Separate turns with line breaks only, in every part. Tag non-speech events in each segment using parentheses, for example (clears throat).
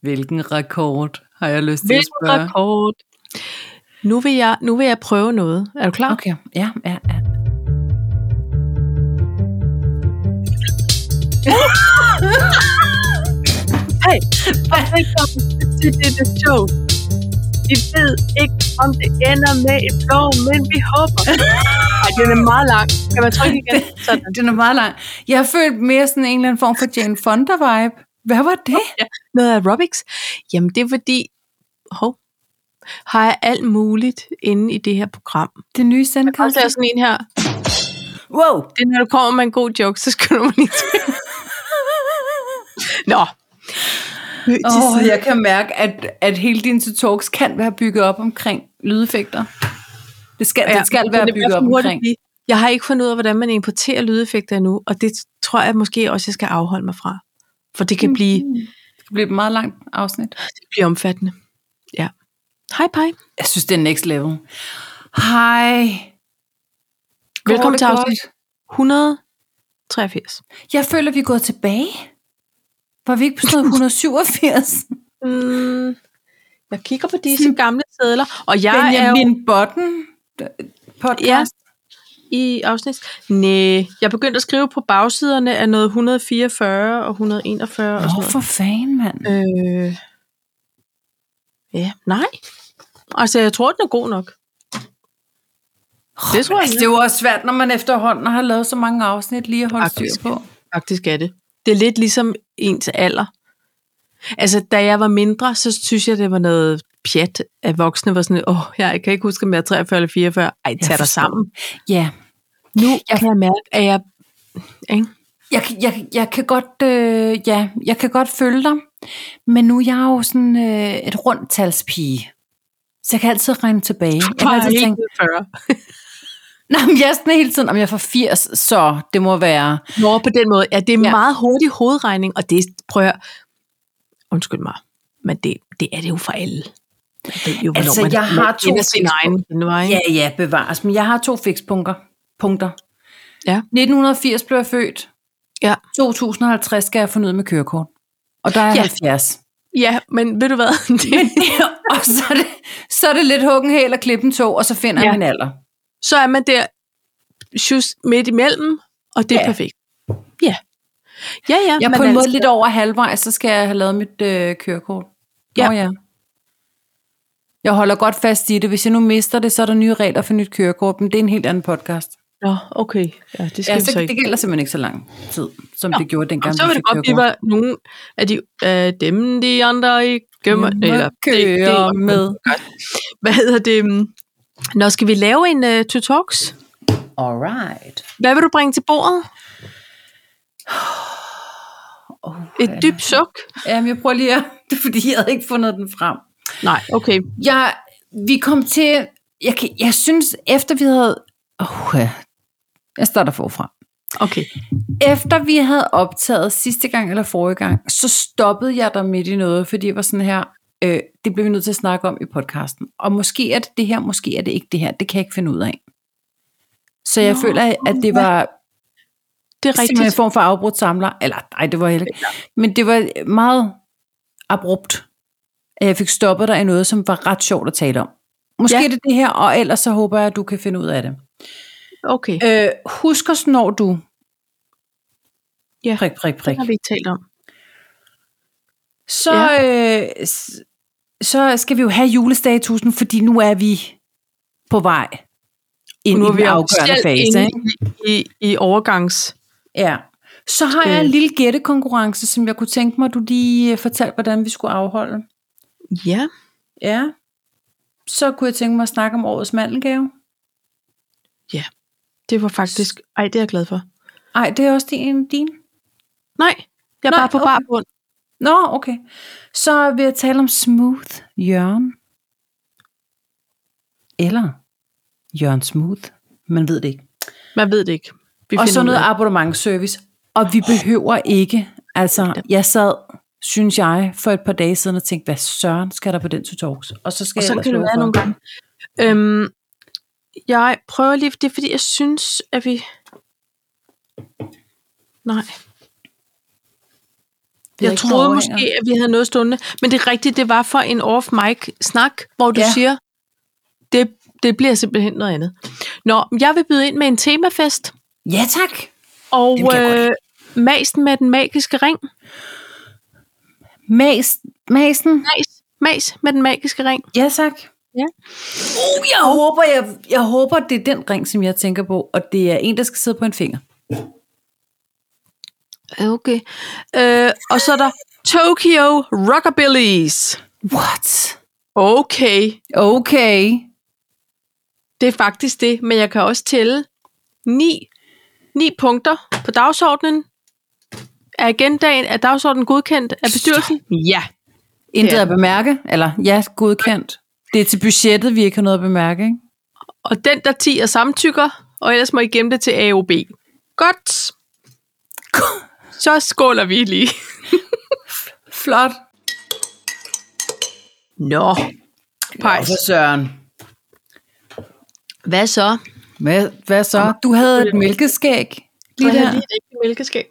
Hvilken rekord, har jeg lyst til at
Hvilken
spørge.
rekord? Nu vil, jeg, nu vil jeg prøve noget. Er du klar?
Okay, ja, ja, ja.
Hej, og velkommen til dette show. Vi ved ikke, om det ender med et blå, men vi (laughs) håber. Ej, den er meget lang. Kan man trykke igen? Sådan.
Den er meget lang. Jeg følte mere sådan en eller anden form for Jane Fonda-vibe. Hvad var det?
(laughs) Noget aerobics? Jamen, det er fordi... Hov. Har jeg alt muligt inde i det her program?
Det nye
Jeg kan også
sendkast?
lave sådan en her.
Wow!
Det er, når du kommer med en god joke, så skal du lige til. (laughs) Nå.
Åh, oh, jeg kan mærke, at, at hele din talks kan være bygget op omkring lydeffekter. Det skal, ja, det skal være
men det er i hvert
bygget op
fald hurtigt
omkring.
lige. Jeg har ikke fundet ud af, hvordan man importerer lydeffekter endnu, og det tror jeg måske også, jeg skal afholde mig fra. For det
Mm.
kan blive,
Det bliver et meget langt afsnit.
blive omfattende. Ja. Hej, Pai.
Jeg synes, det er next level. Hej. Går
Velkommen
det
til
godt?
afsnit. 183.
Jeg føler, vi er gået tilbage. Var vi ikke på sådan
(laughs)
noget 187?
Mm, jeg kigger på disse gamle sædler, og jeg er jo
Benjamin Botten podcast.
i afsnit... Næh, jeg begyndte at skrive på bagsiderne af noget 144 og 141 og
Nå,
sådan noget.
for fanden, mand.
Øh, ja, nej. Altså, jeg tror, den er god nok. Det tror jeg
Altså, det er jo også svært, når man efterhånden har lavet så mange afsnit, lige at holde
Faktisk.
styr på.
Faktisk er det. Det er lidt ligesom ens alder. Altså, da jeg var mindre, så synes jeg, det var noget pjat, at voksne var sådan, åh, jeg kan ikke huske, om jeg er 43 eller 44. Ej, tag
forstår.
dig sammen.
Ja.
Nu jeg kan jeg mærke, at jeg... Ikke?
Jeg, kan- jeg, jeg kan godt, øh, ja, jeg kan godt følge dig, men nu er jeg jo sådan øh, et rundtalspige, så jeg kan altid regne tilbage. Jeg kan altid tænke,
40.
nej, men jeg er sådan hele tiden, om jeg er fra 80, så det må være.
Nå, på den måde. Ja, det er
Ja.
ja. meget hurtig hovedregning, og det er- prøv at... høre. Undskyld mig, men det, det er det jo for alle. Man ved Jo, hvornår
Altså, jeg har to
kender sin
fikspunkter.
egen genvej.
Ja, ja, bevares, men jeg har to fikspunkter. Punkter.
Ja.
1980 blev jeg født.
Ja.
2050 skal jeg fornyet med kørekort. Og der er jeg
Ja.
70.
ja, men ved du hvad? (laughs)
Men,
Det,
(laughs) og så er, det, så er det lidt huggen hæl og klippen tog, og så finder ja.
Ja.
jeg min alder.
så er man der just midt imellem, og det er
Ja.
ja. perfekt. Ja. Ja, ja.
Jeg er
men
på en måde
altså-
lidt over halvvejs, så skal jeg have lavet mit øh, kørekort.
Ja.
Nå, ja. Jeg holder godt fast i det. Hvis jeg nu mister det, så er der nye regler for nyt kørekort, men det er en helt anden podcast.
Nå, okay. Ja, det skal
Ja,
ja, vi så
så,
ikke.
det gælder simpelthen ikke så lang tid, som
Nå,
det gjorde dengang.
Jamen, så vil det godt blive, at nogle af de, øh, dem, de andre ikke gemmer,
Dem,
eller
der kører med.
(laughs) Hvad hedder det? mm? Nå, skal vi lave en uh, to talks?
Alright.
Hvad vil du bringe til bordet?
Oh,
Et dybt suk?
Jamen, jeg prøver lige at... (laughs) Det er, fordi jeg havde ikke fundet den frem.
Nej, okay.
jeg, vi kom til, jeg, kan- jeg synes, efter vi havde, oh, jeg starter forfra.
Okay.
Efter vi havde optaget sidste gang eller forrige gang, så stoppede jeg der midt i noget, fordi jeg var sådan her, øh, det bliver vi nødt til at snakke om i podcasten. Og måske er det det her, måske er det ikke det her, det kan jeg ikke finde ud af. Så jeg
Nå,
Nå, føler, at det var
Det er
simpelthen en
rigtigt.
form for afbrudt samler. Eller nej, det var heller ikke. Men det var meget abrupt, at jeg fik stoppet dig i noget, som var ret sjovt at tale om. Måske
Ja.
ja. er det det her, og ellers så håber jeg, at du kan finde ud af det.
Okay,
Øh, husk os, når du...
Ja.
Prik, prik,
det
prik.
har vi ikke talt om.
Så, ja. øh, s- så skal vi jo have julestatusen, fordi nu er vi på vej ind i den afgørende
officielt
fase.
inde
Ikke?
i, i, i overgangs...
Ja. Så har jeg en
Øh.
lille gættekonkurrence, som jeg kunne tænke mig, at du lige øh, fortalte, hvordan vi skulle afholde.
Ja.
Ja. Så kunne jeg tænke mig at snakke om årets mandelgave.
Det var faktisk... Ej, det er jeg glad for.
Ej, det er også din. din.
Nej, jeg er
Nej,
bare på
okay.
bar bund.
Nå, okay. Så vil jeg tale om Smooth Jørgen. Eller Jørgen Smooth. Man ved det ikke.
Man ved det ikke. Vi
Og
finder
så
ud
noget
af det.
abonnementsservice. Og vi behøver ikke. Altså, jeg sad, synes jeg, for et par dage siden og tænkte, hvad søren skal der på den to talks? Og så skal
Og
jeg
så
ellers
kan det
love
være
for-
nogle gange. Øhm, jeg prøver lige, det er fordi, jeg synes, at vi... Nej.
Jeg
Jeg
ikke
troede
over
måske, at vi havde noget stående. Men det er rigtigt, det var for en off-mic-snak, hvor du
Ja.
ja. siger, det, det bliver simpelthen noget andet. Nå, men jeg vil byde ind med en temafest,
Ja, tak.
og
Den kan jeg godt
øh, masen med den magiske ring.
Mas, masen.
Mas, mas med den magiske ring.
Ja, tak.
Ja.
Uh, jeg, håber, jeg, jeg håber, det er den ring, som jeg tænker på, og det er en, der skal sidde på en finger.
Okay. Øh, og så er der Tokyo Rockabillys.
What?
Okay,
Okay.
det er faktisk det, men jeg kan også tælle ni, ni punkter på dagsordenen. Er agendaen, er dagsordenen godkendt af bestyrelsen? Ja.
Intet
Ja.
at bemærke, eller ja, godkendt. Det er til budgettet, vi ikke har noget at bemærke, ikke?
Og den, der 10 er samtykker, og ellers må I gemme det til AOB. Godt. Så skåler vi lige.
Flot.
Nå, Pejs.
Søren.
Hvad så?
Hvad, hvad så? Du havde et mælkeskæg lige
Jeg havde
der.
lige et rigtigt mælkeskab.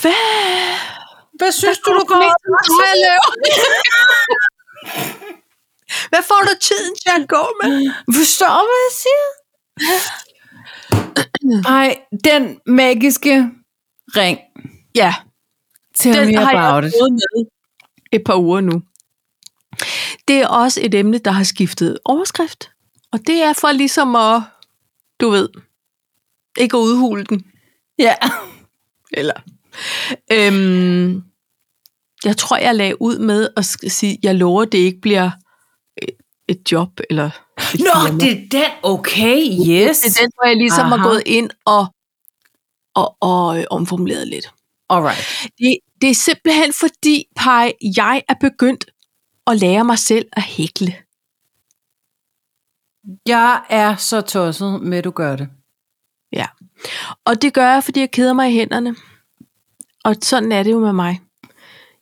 Hvad?
Hvad synes du,
du får mest til at lave? (laughs) Hvad får du tiden til at gå med?
Forstår, hvad jeg siger? Ej, den magiske ring.
Ja,
Tell
den
me
har jeg
about it.
gået med et par uger nu. Det er også et emne, der har skiftet overskrift. Og det er for ligesom at, du ved, ikke at udhule den.
Ja.
Eller? Øhm, jeg tror, jeg lagde ud med at sk- sige, jeg lover, det ikke bliver et- et job eller et firma.
Nå, det er den. Okay, yes.
Det er den, hvor jeg ligesom Aha.
Aha.
har gået ind og, og, og øh, omformuleret lidt.
Alright.
Det, det er simpelthen fordi, Paj, jeg er begyndt at lære mig selv at hækle.
Jeg er så tosset med, at du gør det.
Ja. Og det gør jeg, fordi jeg keder mig i hænderne. Og sådan er det jo med mig.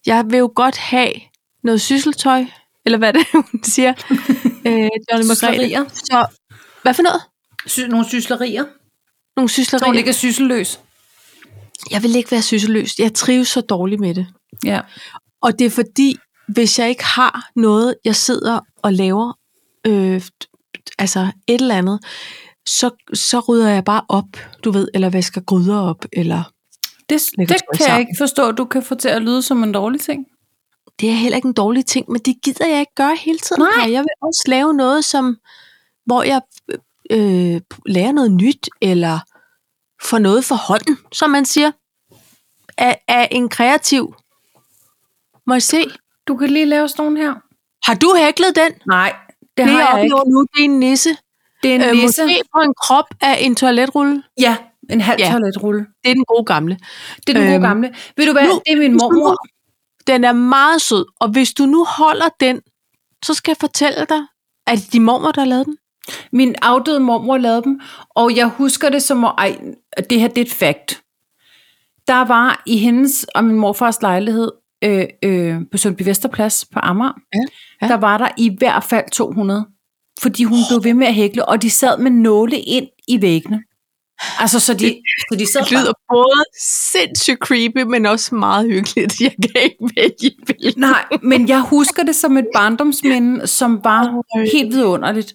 Jeg vil jo godt have noget sysseltøj, eller hvad det (laughs) er, hun siger, øh, Johnny Margrethe.
Syslerier.
Så, hvad for noget?
Sy- nogle syslerier.
Nogle
Så hun
syslerier?
ikke er sysselløs.
Jeg vil ikke være sysselløs. Jeg trives så dårligt med det.
Ja.
Og det er fordi, hvis jeg ikke har noget, jeg sidder og laver, øh, altså et eller andet, så, så rydder jeg bare op, du ved, eller vasker gryder op, eller
Det,
Lægger
det
tøj
kan jeg
sammen.
ikke forstå, du kan få til at lyde som en dårlig ting.
det er heller ikke en dårlig ting, men det gider jeg ikke gøre hele tiden.
Nej.
Kaj. Jeg vil også lave noget, som, hvor jeg øh, lærer noget nyt, eller får noget for hånden, som man siger, af, af en kreativ. Må jeg se?
Du kan lige lave sådan nogle her.
Har du hæklet den?
Nej, det,
Det,
har
jeg
jeg ikke.
oplever nu, det er en nisse.
Det er en
Øh,
øh,
Måske på en krop af en toiletrulle.
Ja, en halv ja.
Ja.
toiletrulle.
Det er den gode gamle.
Det er den
Øhm,
gode gamle. Ved du hvad,
nu-
det er min mormor.
Den er meget sød, og hvis du nu holder den, så skal jeg fortælle dig, at det din mormor, der lavede den.
Min afdøde mormor lavede dem, og jeg husker det som, at ej, det her det er et fakt. Der var i hendes og min morfars lejlighed øh, øh, på Sundby Vesterplads på Amager,
Ja, ja.
der var der i hvert fald 200, fordi hun blev ved med at hækle, og de sad med nåle ind i væggene. Altså, så de, så de sad
Det lyder både sindssygt creepy, men også meget hyggeligt. Jeg kan ikke vælge hvilken.
Nej, men jeg husker det som et barndomsminde, som var helt vidunderligt.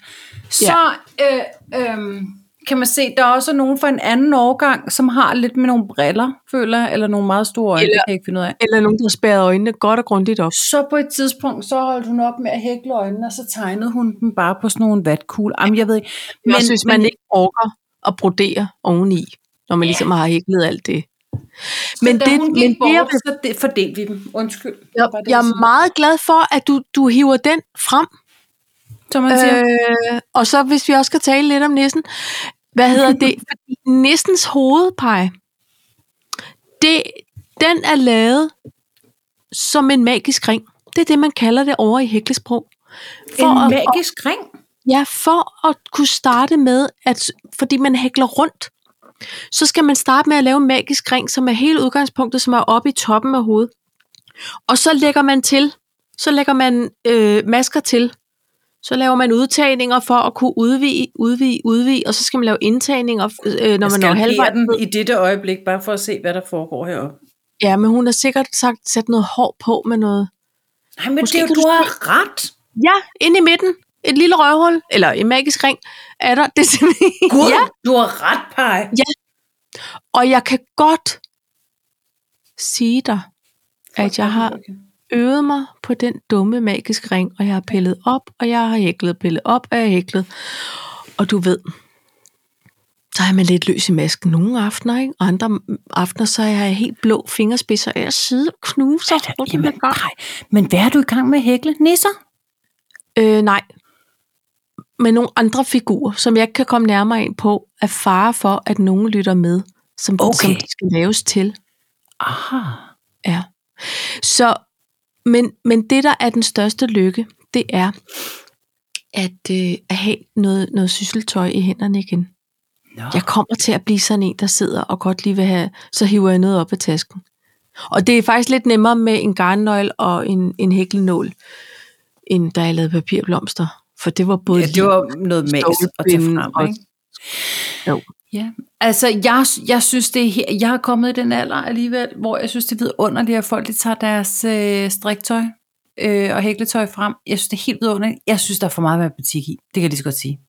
Så øh, øh, kan man se, der er også nogen fra en anden årgang, som har lidt med nogle briller, føler jeg, eller nogle meget store øjne, eller,
Eller-
det kan jeg ikke finde ud af.
Eller nogen, der spærrede øjnene godt og grundigt op.
Så på et tidspunkt, så holdt hun op med at hækle øjnene, og så tegnede hun dem bare på sådan nogle vatkugler. Jamen, jeg ved ikke.
Men, også hvis man ikke orker at brodere oveni, når man ligesom har hæklet alt det. Men
da
det,
hun
men
gik
det jeg,
bort, så det, fordelte vi dem. Undskyld.
jeg,
Var det,
jeg
sådan-
er meget glad for, at du, du hiver den frem.
Som man siger.
Øh, og så hvis vi også skal tale lidt om nissen. Hvad hedder
(laughs)
det? Fordi nissens hovedpege, det, den er lavet som en magisk ring. Det er det, man kalder det over i hæklesprog. For
en
at,
magisk ring.
ja, for at kunne starte med, at fordi man hækler rundt, så skal man starte med at lave en magisk ring, som er hele udgangspunktet, som er oppe i toppen af hovedet. Og så lægger man til, så lægger man øh, masker til, så laver man udtagninger for at kunne udvige, udvige, udvige, og så skal man lave indtagninger, øh, når øh, man når halvvejen.
i dette øjeblik, bare for at se, hvad der foregår heroppe.
Ja, men hun har sikkert sagt, sat noget hår på med noget.
Nej, men
Måske
det er jo,
kan
du
du
har ret.
Ja, inde i midten. Et lille røvhul, eller en magisk ring, er der. (laughs) Det er simpelthen...
Gud,
Ja,
ja. du har ret, Paj.
og jeg kan godt sige dig, at jeg har øvet mig på den dumme magiske ring, og jeg har pillet op, og jeg har hæklet, pillet op, og jeg har hæklet. Og du ved, så er man lidt løs i masken nogle aftener, ikke? Og andre aftener, så er jeg helt blå fingerspidser, og jeg sidder og knuser. rundt om
Jamen,
det gang.
Paj. Men hvad er du i gang med at hækle? Nisser?
Øh, nej. Men nogle andre figurer, som jeg ikke kan komme nærmere ind på, er fare for, at nogen lytter med, som,
Okay.
som det skal laves til.
Aha.
Ja. Så, men, men det, der er den største lykke, det er at, øh, at have noget, noget sysseltøj i hænderne igen.
Nå.
Jeg kommer til at blive sådan en, der sidder og godt lige vil have, så hiver jeg noget op af tasken. Og det er faktisk lidt nemmere med en garnnøgle og en, en hæklenål, end da jeg lavede papirblomster. For det var både
Ja, det var noget mas at tage
stålbinde
frem,
og-
ikke?
Jo.
Ja, altså jeg, jeg synes det er her, jeg er kommet i den alder alligevel, hvor jeg synes det er vidunderligt, at folk de tager deres øh, striktøj øh, og hækletøj frem. Jeg synes det er helt vidunderligt. Jeg synes der er for meget matematik i, det kan jeg lige så godt sige.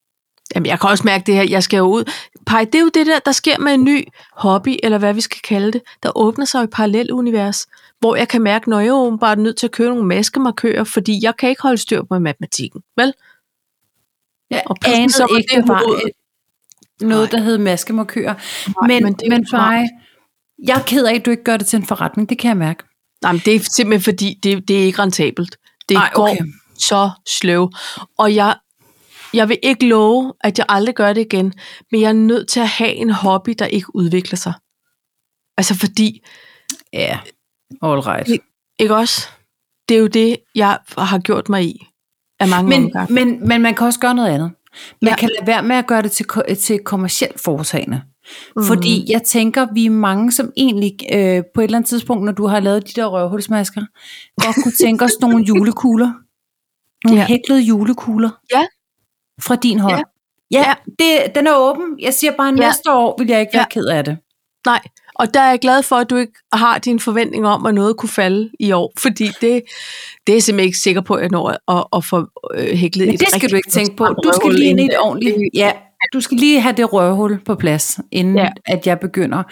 Jamen, jeg kan også mærke det her, jeg skal jo ud. Pej, det er jo det der, der sker med en ny hobby, eller hvad vi skal kalde det, der åbner sig jo et parallelt univers, hvor jeg kan mærke, når jeg er åbenbart nødt til at købe nogle maskemarkører, fordi jeg kan ikke holde styr på matematikken, vel?
Jeg
Og pludselig så var det
der var
hovedet.
et- noget,
Nej.
der hed maskemarkører.
Nej,
Men,
men
men,
det er jo
men
smart.
Faye, jeg er ked af, at du ikke gør det til en forretning, det kan jeg mærke.
Nej, men det er simpelthen fordi, det, det er ikke rentabelt. Det
Ej,
Ej,
okay.
okay. går så sløv. Og jeg, jeg vil ikke love, at jeg aldrig gør det igen, men jeg er nødt til at have en hobby, der ikke udvikler sig. Altså fordi,
Ja, all right.
Ikke også? Det er jo det, jeg har gjort mig i af mange men,
Men,
omgange.
men, men man kan også gøre noget andet. Man ja.
Ja.
kan lade være med at gøre det til, ko- til kommercielt foretagende. Mm. Fordi jeg tænker, vi er mange, som egentlig øh, på et eller andet tidspunkt, når du har lavet de der røvhulsmasker, godt kunne tænke os nogle julekugler. Nogle ja.
Ja.
hæklede julekugler.
Ja.
Fra din hånd. Ja,
Ja.
ja.
Ja.
Det, den er åben. Jeg siger bare, at
Ja.
næste år vil jeg ikke være ja. ked af det.
Nej, og der er jeg glad for, at du ikke har din forventning om, at noget kunne falde i år. Fordi det, det er jeg simpelthen ikke sikker på, at jeg når at, at få øh, hæklet
Men
et
det skal
rigtig
du ikke tænke på.
stramt
Du skal
røvhul
lige ind i
inden-
et ordentligt... Ja, du skal lige have det røvhul på plads, inden ja.
Ja.
at jeg begynder.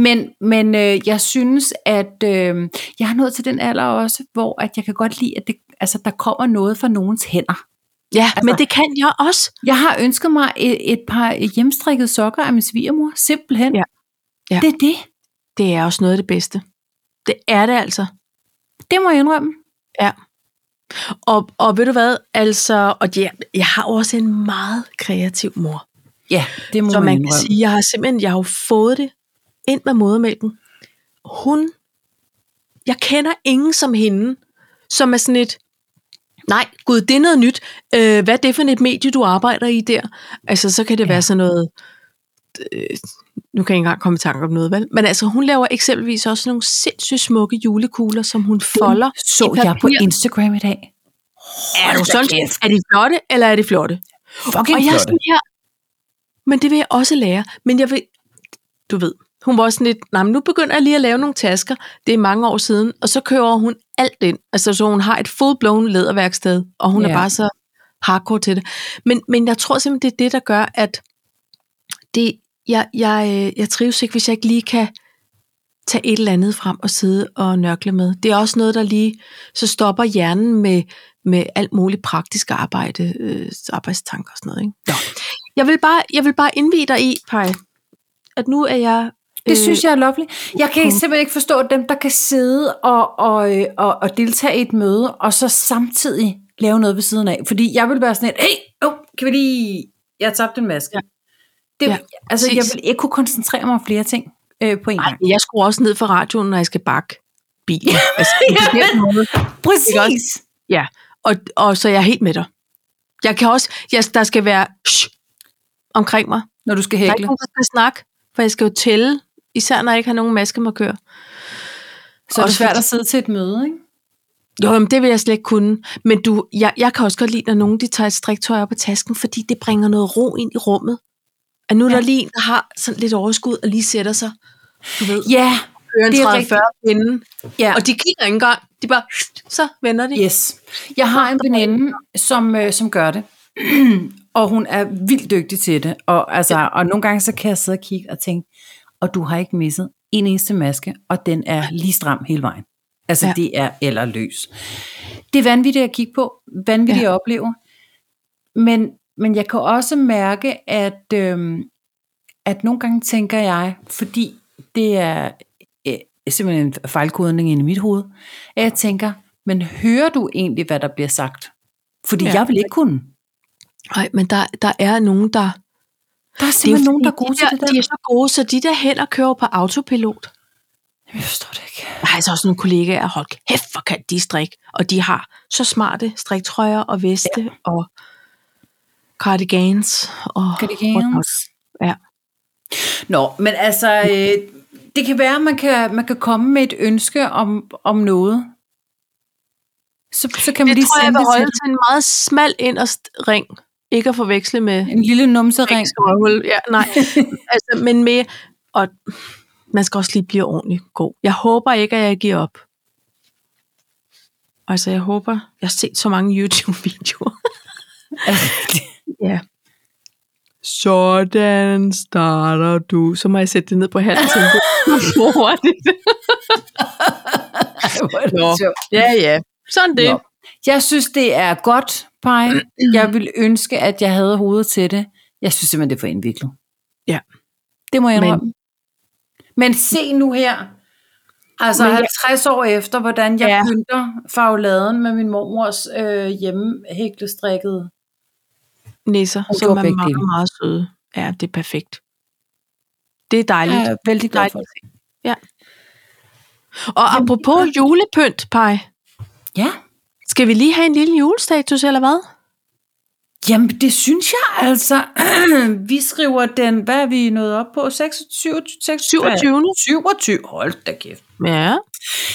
Men, men øh, jeg synes, at øh, jeg har nået til den alder også, hvor at jeg kan godt lide, at det, altså, der kommer noget fra nogens hænder.
Ja,
Altså-
men det kan jeg også.
Jeg har ønsket mig et, et par hjemstrikkede sokker af min svigermor, simpelthen.
Ja. Ja.
Det er det.
Det er også noget af det bedste. Det er det altså.
Det må jeg indrømme.
Og, og ved du hvad, altså, og ja, jeg har jo også en meget kreativ mor.
Ja, det må
Så
man
man kan
indrømme.
sige, jeg har simpelthen, jeg har jo fået det ind med modermælken. Hun, jeg kender ingen som hende, som er sådan et, nej, gud, det er noget nyt. Øh, hvad er det for et medie, du arbejder i der? Altså, så kan det
Ja.
ja. være sådan noget, øh, nu kan jeg ikke engang komme i tanke om noget, vel? Men altså, hun laver eksempelvis også nogle sindssygt smukke julekugler, som hun folder.
så
i
jeg på
papir.
Instagram i dag.
Er, du
Hold da
sådan,
kæft.
er de flotte, eller er de flotte?
Fucking
og jeg er
flotte.
sådan her, men det vil jeg også lære. Men jeg vil, du ved, hun var også sådan lidt, nej, men nu begynder jeg lige at lave nogle tasker. Det er mange år siden, og så kører hun alt ind. Altså, så hun har et full-blown læderværksted, og hun
Ja.
er bare så hardcore til det. Men, men jeg tror simpelthen, det er det, der gør, at det, jeg, jeg, øh, jeg trives ikke, hvis jeg ikke lige kan tage et eller andet frem og sidde og nørkle med. Det er også noget, der lige, så stopper hjernen med, med alt muligt praktisk arbejde, øh, arbejdstanker og sådan noget. Ikke?
Nå.
Jeg vil bare, jeg vil bare indvide dig i, Paj, at nu er jeg... øh,
Det synes jeg er lovely. Jeg kan ikke, simpelthen ikke forstå dem, der kan sidde og, og, øh, og, og deltage i et møde, og så samtidig lave noget ved siden af. Fordi jeg vil være sådan et, hey, oh, kan vi lige... Jeg har tabt en maske. Ja. Det, ja,
Ja,
altså, jeg
præcis.
vil ikke kunne koncentrere mig om flere ting øh, på en gang.
Ej, jeg skruer også ned for radioen, når jeg skal bakke bilen. Altså,
(laughs) Ja,
ja, måde. ikke
Præcis.
også? ja. Og, og så er jeg helt med dig. Jeg kan også... Jeg, der skal være shh, omkring mig.
Når du skal
Der er ikke
hækle,
nogen, der skal snakke, for jeg skal jo tælle, især når jeg ikke har nogen maskemarkør.
så er det
også
svært
fordi-
at sidde til et møde, ikke?
Jo, men det vil jeg slet ikke kunne. Men du, jeg, jeg kan også godt lide, når nogen de tager et striktøj op af tasken, fordi det bringer noget ro ind i rummet. At nu ja.
Ja.
der lige en, der har sådan lidt overskud og lige sætter sig. Du ved.
Ja,
kører en
Det er
30-40 pinde,
Ja.
og de kigger ikke engang. De bare, så vender de.
Yes. Jeg har en veninde, som, øh, som gør det. (clears throat) og hun er vildt dygtig til det. Og, altså, og nogle gange så kan jeg sidde og kigge og tænke, og du har ikke misset en eneste maske, og den er lige stram hele vejen. Altså ja.
Ja.
det er eller løs. Det er vanvittigt at kigge på, vanvittigt ja. at opleve. Men, men jeg kan også mærke, at, øhm, at nogle gange tænker jeg, fordi det er øh, simpelthen en fejlkodning inde i mit hoved, at jeg tænker, men hører du egentlig, hvad der bliver sagt? Fordi ja.
Ja.
jeg vil ikke kunne.
Nej, men der, der er nogen, der...
Der er simpelthen nogen, der er
fordi
gode
de
til det der.
De er så gode, så de der hænder kører på autopilot.
Jeg forstår det ikke.
Jeg har altså også nogle kollegaer, hold kæft, hvor kan de strikke. Og de har så smarte striktrøjer og veste ja. og cardigans. Og,
Cardigans.
Ja.
Nå, men altså, øh, det kan være, at man kan, man kan komme med et ønske om, om noget. Så, så kan man
Det
lige
tror jeg, jeg
sende
vil holde
det
til en meget smal inderst ring. Ikke at forveksle med
til en lille numsering.
ring. Ja, nej. altså, men med, og man skal også lige blive ordentligt god. Jeg håber ikke, at jeg giver op. Altså, jeg håber, jeg har set så mange YouTube-videoer. Ja. Sådan starter du. Så må jeg sætte det ned på halvt tempo. Hvor hurtigt.
Ej, hvor er det
Nå.
sjovt.
(laughs) Ja, ja. Sådan det.
Nå. Jeg synes, det er godt, Paj. Jeg ville ønske, at jeg havde hovedet til det. Jeg synes simpelthen, det er for indviklet.
Ja.
Det må jeg
Men-
indrømme. Men, Men se nu her. Altså
Men jeg-
50 år efter, hvordan jeg ja.
Ja.
pynter fagladen med min mormors øh, hjemmehæklestrikkede.
Nisser,
Og
som er
jordbæk,
meget,
det er.
meget, meget søde. Ja, det er perfekt. Det er dejligt.
Jeg er vældig glad for det.
Ja. Og apropos julepynt, Paj.
Ja,
Skal vi lige have en lille julestatus, eller hvad?
jamen det synes jeg altså. (clears throat) vi skriver den, hvad er vi nået op på? 26, 26,
27.
27, hold da kæft.
Ja.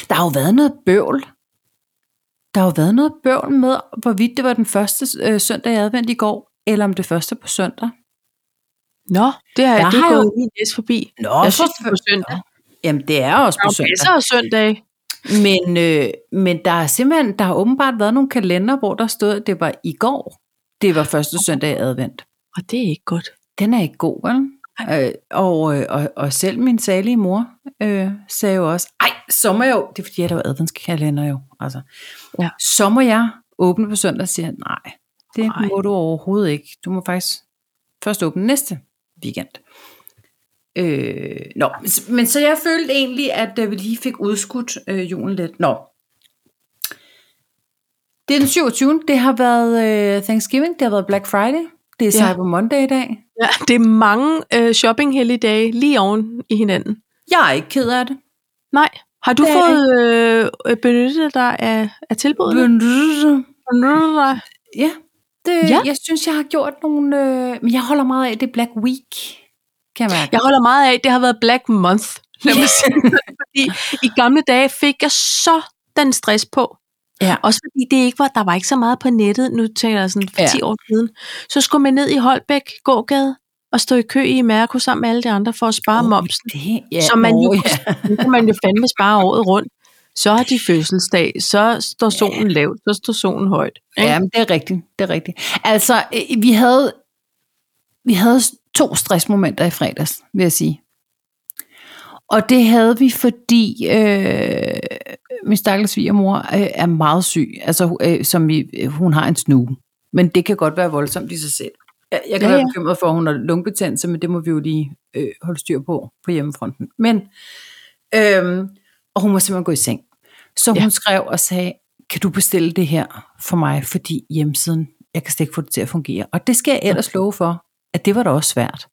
Der har jo været noget bøvl. Der har jo været noget bøvl med, hvorvidt det var den første øh, søndag i advent i går, eller om det første på søndag.
Nå, det
Der
har jeg det
har
er
jo-
gået lige næst forbi.
Nå,
jeg synes, det er på søndag.
Jamen, det er også
Der
på
er jo
søndag.
masser af søndag.
Men, øh, men der er simpelthen, der har åbenbart været nogle kalender, hvor der stod, at det var i går. Det var første søndag i advent.
Og det er ikke godt.
Den er ikke god, vel? Øh, og, øh, og, og selv min salige mor øh, sagde jo også, ej, så må jeg jo, det er fordi, jeg har adventskalender jo, altså,
Ja.
så må jeg åbne på søndag, siger jeg, nej, det
Nej.
nej. må du overhovedet ikke. Du må faktisk først åbne næste weekend. Øh, nå, men så jeg følte egentlig, at øh, vi lige fik udskudt øh, julen lidt. Nå. Det er den 27. Det har været øh, Thanksgiving, det har været Black Friday, det er
Ja.
Cyber Monday i dag.
Ja, det er mange øh, shopping dage lige oven i hinanden.
Jeg er ikke ked af det.
Nej. Har du
Det er
fået øh, øh, benyttet dig af, af tilbuddet? Benyttet dig?
Ja, det, ja.
Ja.
jeg synes, jeg har gjort nogle... Øh, men jeg holder meget af, at det er Black Week, kan jeg mærke.
Jeg holder meget af, at det har været Black Month. Lad mig sige. det, Fordi i gamle dage fik jeg så den stress på.
(laughs) Ja.
Også fordi det ikke var, der var ikke så meget på nettet, nu tænker jeg sådan for
Ja.
ja. 10 år siden. Så skulle man ned i Holbæk gågade og stå i kø i Mærko sammen med alle de andre for at spare oh, momsen.
Det, ja,
Som man jo
åh,
kunne Nu kan man jo fandme spare året rundt. Så har de fødselsdag, så står solen lavt, så står solen højt.
ja. ja, men det er rigtigt. Det er rigtigt. Altså, øh, vi havde, vi havde to stressmomenter i fredags, vil jeg sige. Og det havde vi, fordi øh, min stakkels svigermor øh, er meget syg. Altså, øh, som i, øh, hun har en snue. Men det kan godt være voldsomt i sig selv. Jeg, jeg kan ja,
Ja,
være
ja.
bekymret for, at hun har lungebetændelse, men det må vi jo lige øh, holde styr på på hjemmefronten. Men, øhm, og hun må simpelthen gå i seng. Så ja.
Ja.
hun skrev og sagde, kan du bestille det her for mig, fordi hjemmesiden, jeg kan slet ikke få det til at fungere. Og det skal jeg ellers love for, at det var da også svært.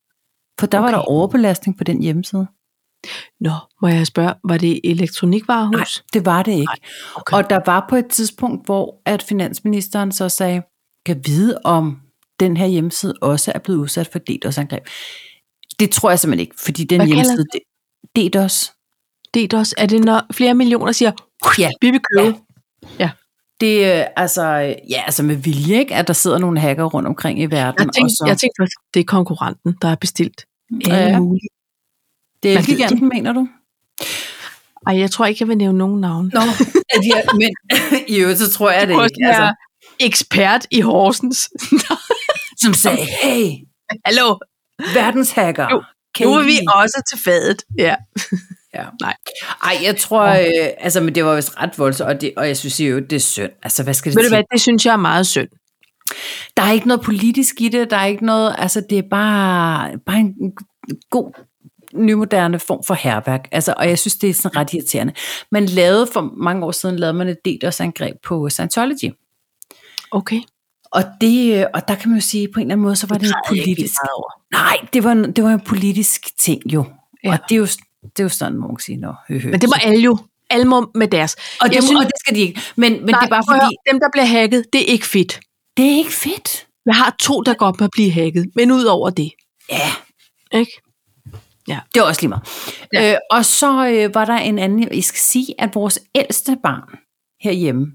For der okay. var
Okay.
der overbelastning på den hjemmeside.
Nå, må jeg spørge, var det elektronikvarehus?
Nej, det var det ikke.
okay.
Okay. Og der var på et tidspunkt, hvor at finansministeren så sagde, kan vide om den her hjemmeside også er blevet udsat for DDoS-angreb. Det tror jeg simpelthen ikke, fordi den
Hvad kalder
hjemmeside, det, DDoS,
DDoS, er det når flere millioner siger,
Ja.
vi vil købe?
Ja. det er altså, øh, ja, altså med vilje, ikke? at der sidder nogle hacker rundt omkring i verden.
Jeg, tænkte,
og så,
jeg tænkte faktisk, det er konkurrenten, der er bestilt.
ja,
muligt.
det er
Man ved
giganten, mener du?
Ej, jeg tror ikke, jeg vil nævne nogen navn.
Nå, at jeg, men (laughs) i øvrigt, så tror jeg det,
Prøv at
ikke. Altså,
være ekspert i Horsens. (laughs)
som sagde, hey,
Hallo,
verdenshacker.
Jo,
kan
nu
I
er vi
lide?"
også til fadet. Ja.
Ja.
Nej.
Ej, jeg tror, øh, altså, men det var vist ret voldsomt, og, det, og jeg synes jo, det er synd. Altså, hvad skal det
Ved du
sige?
hvad, det synes jeg er meget synd.
Der er ikke noget politisk i det, der er ikke noget, altså, det er bare, bare en god nymoderne form for herværk. Altså, og jeg synes, det er sådan ret irriterende. Man lavede for mange år siden, lavede man et DDoS-angreb på Scientology.
Okay.
Og, det, øh, og der kan man jo sige, på en eller anden måde, så var det, det politisk. Nej, det var, en- det var en politisk ting jo. Ja.
Ja.
Og det er jo, det er jo sådan, man kan sige, nå, hø, hø.
Men det må alle jo. Alle må med deres.
og, det,
jeg
synes,
synes-
og det skal de ikke. Men, men
Nej,
det er bare
prøv at
fordi,
høre, dem, der bliver hacket, det er ikke fedt.
det er ikke fedt.
Jeg har to, der godt må blive hacket, men ud over det.
Ja,
Ikke?
det er også lige meget. Ja. Øh, og så øh, var der en anden, jeg skal sige, at vores ældste barn herhjemme,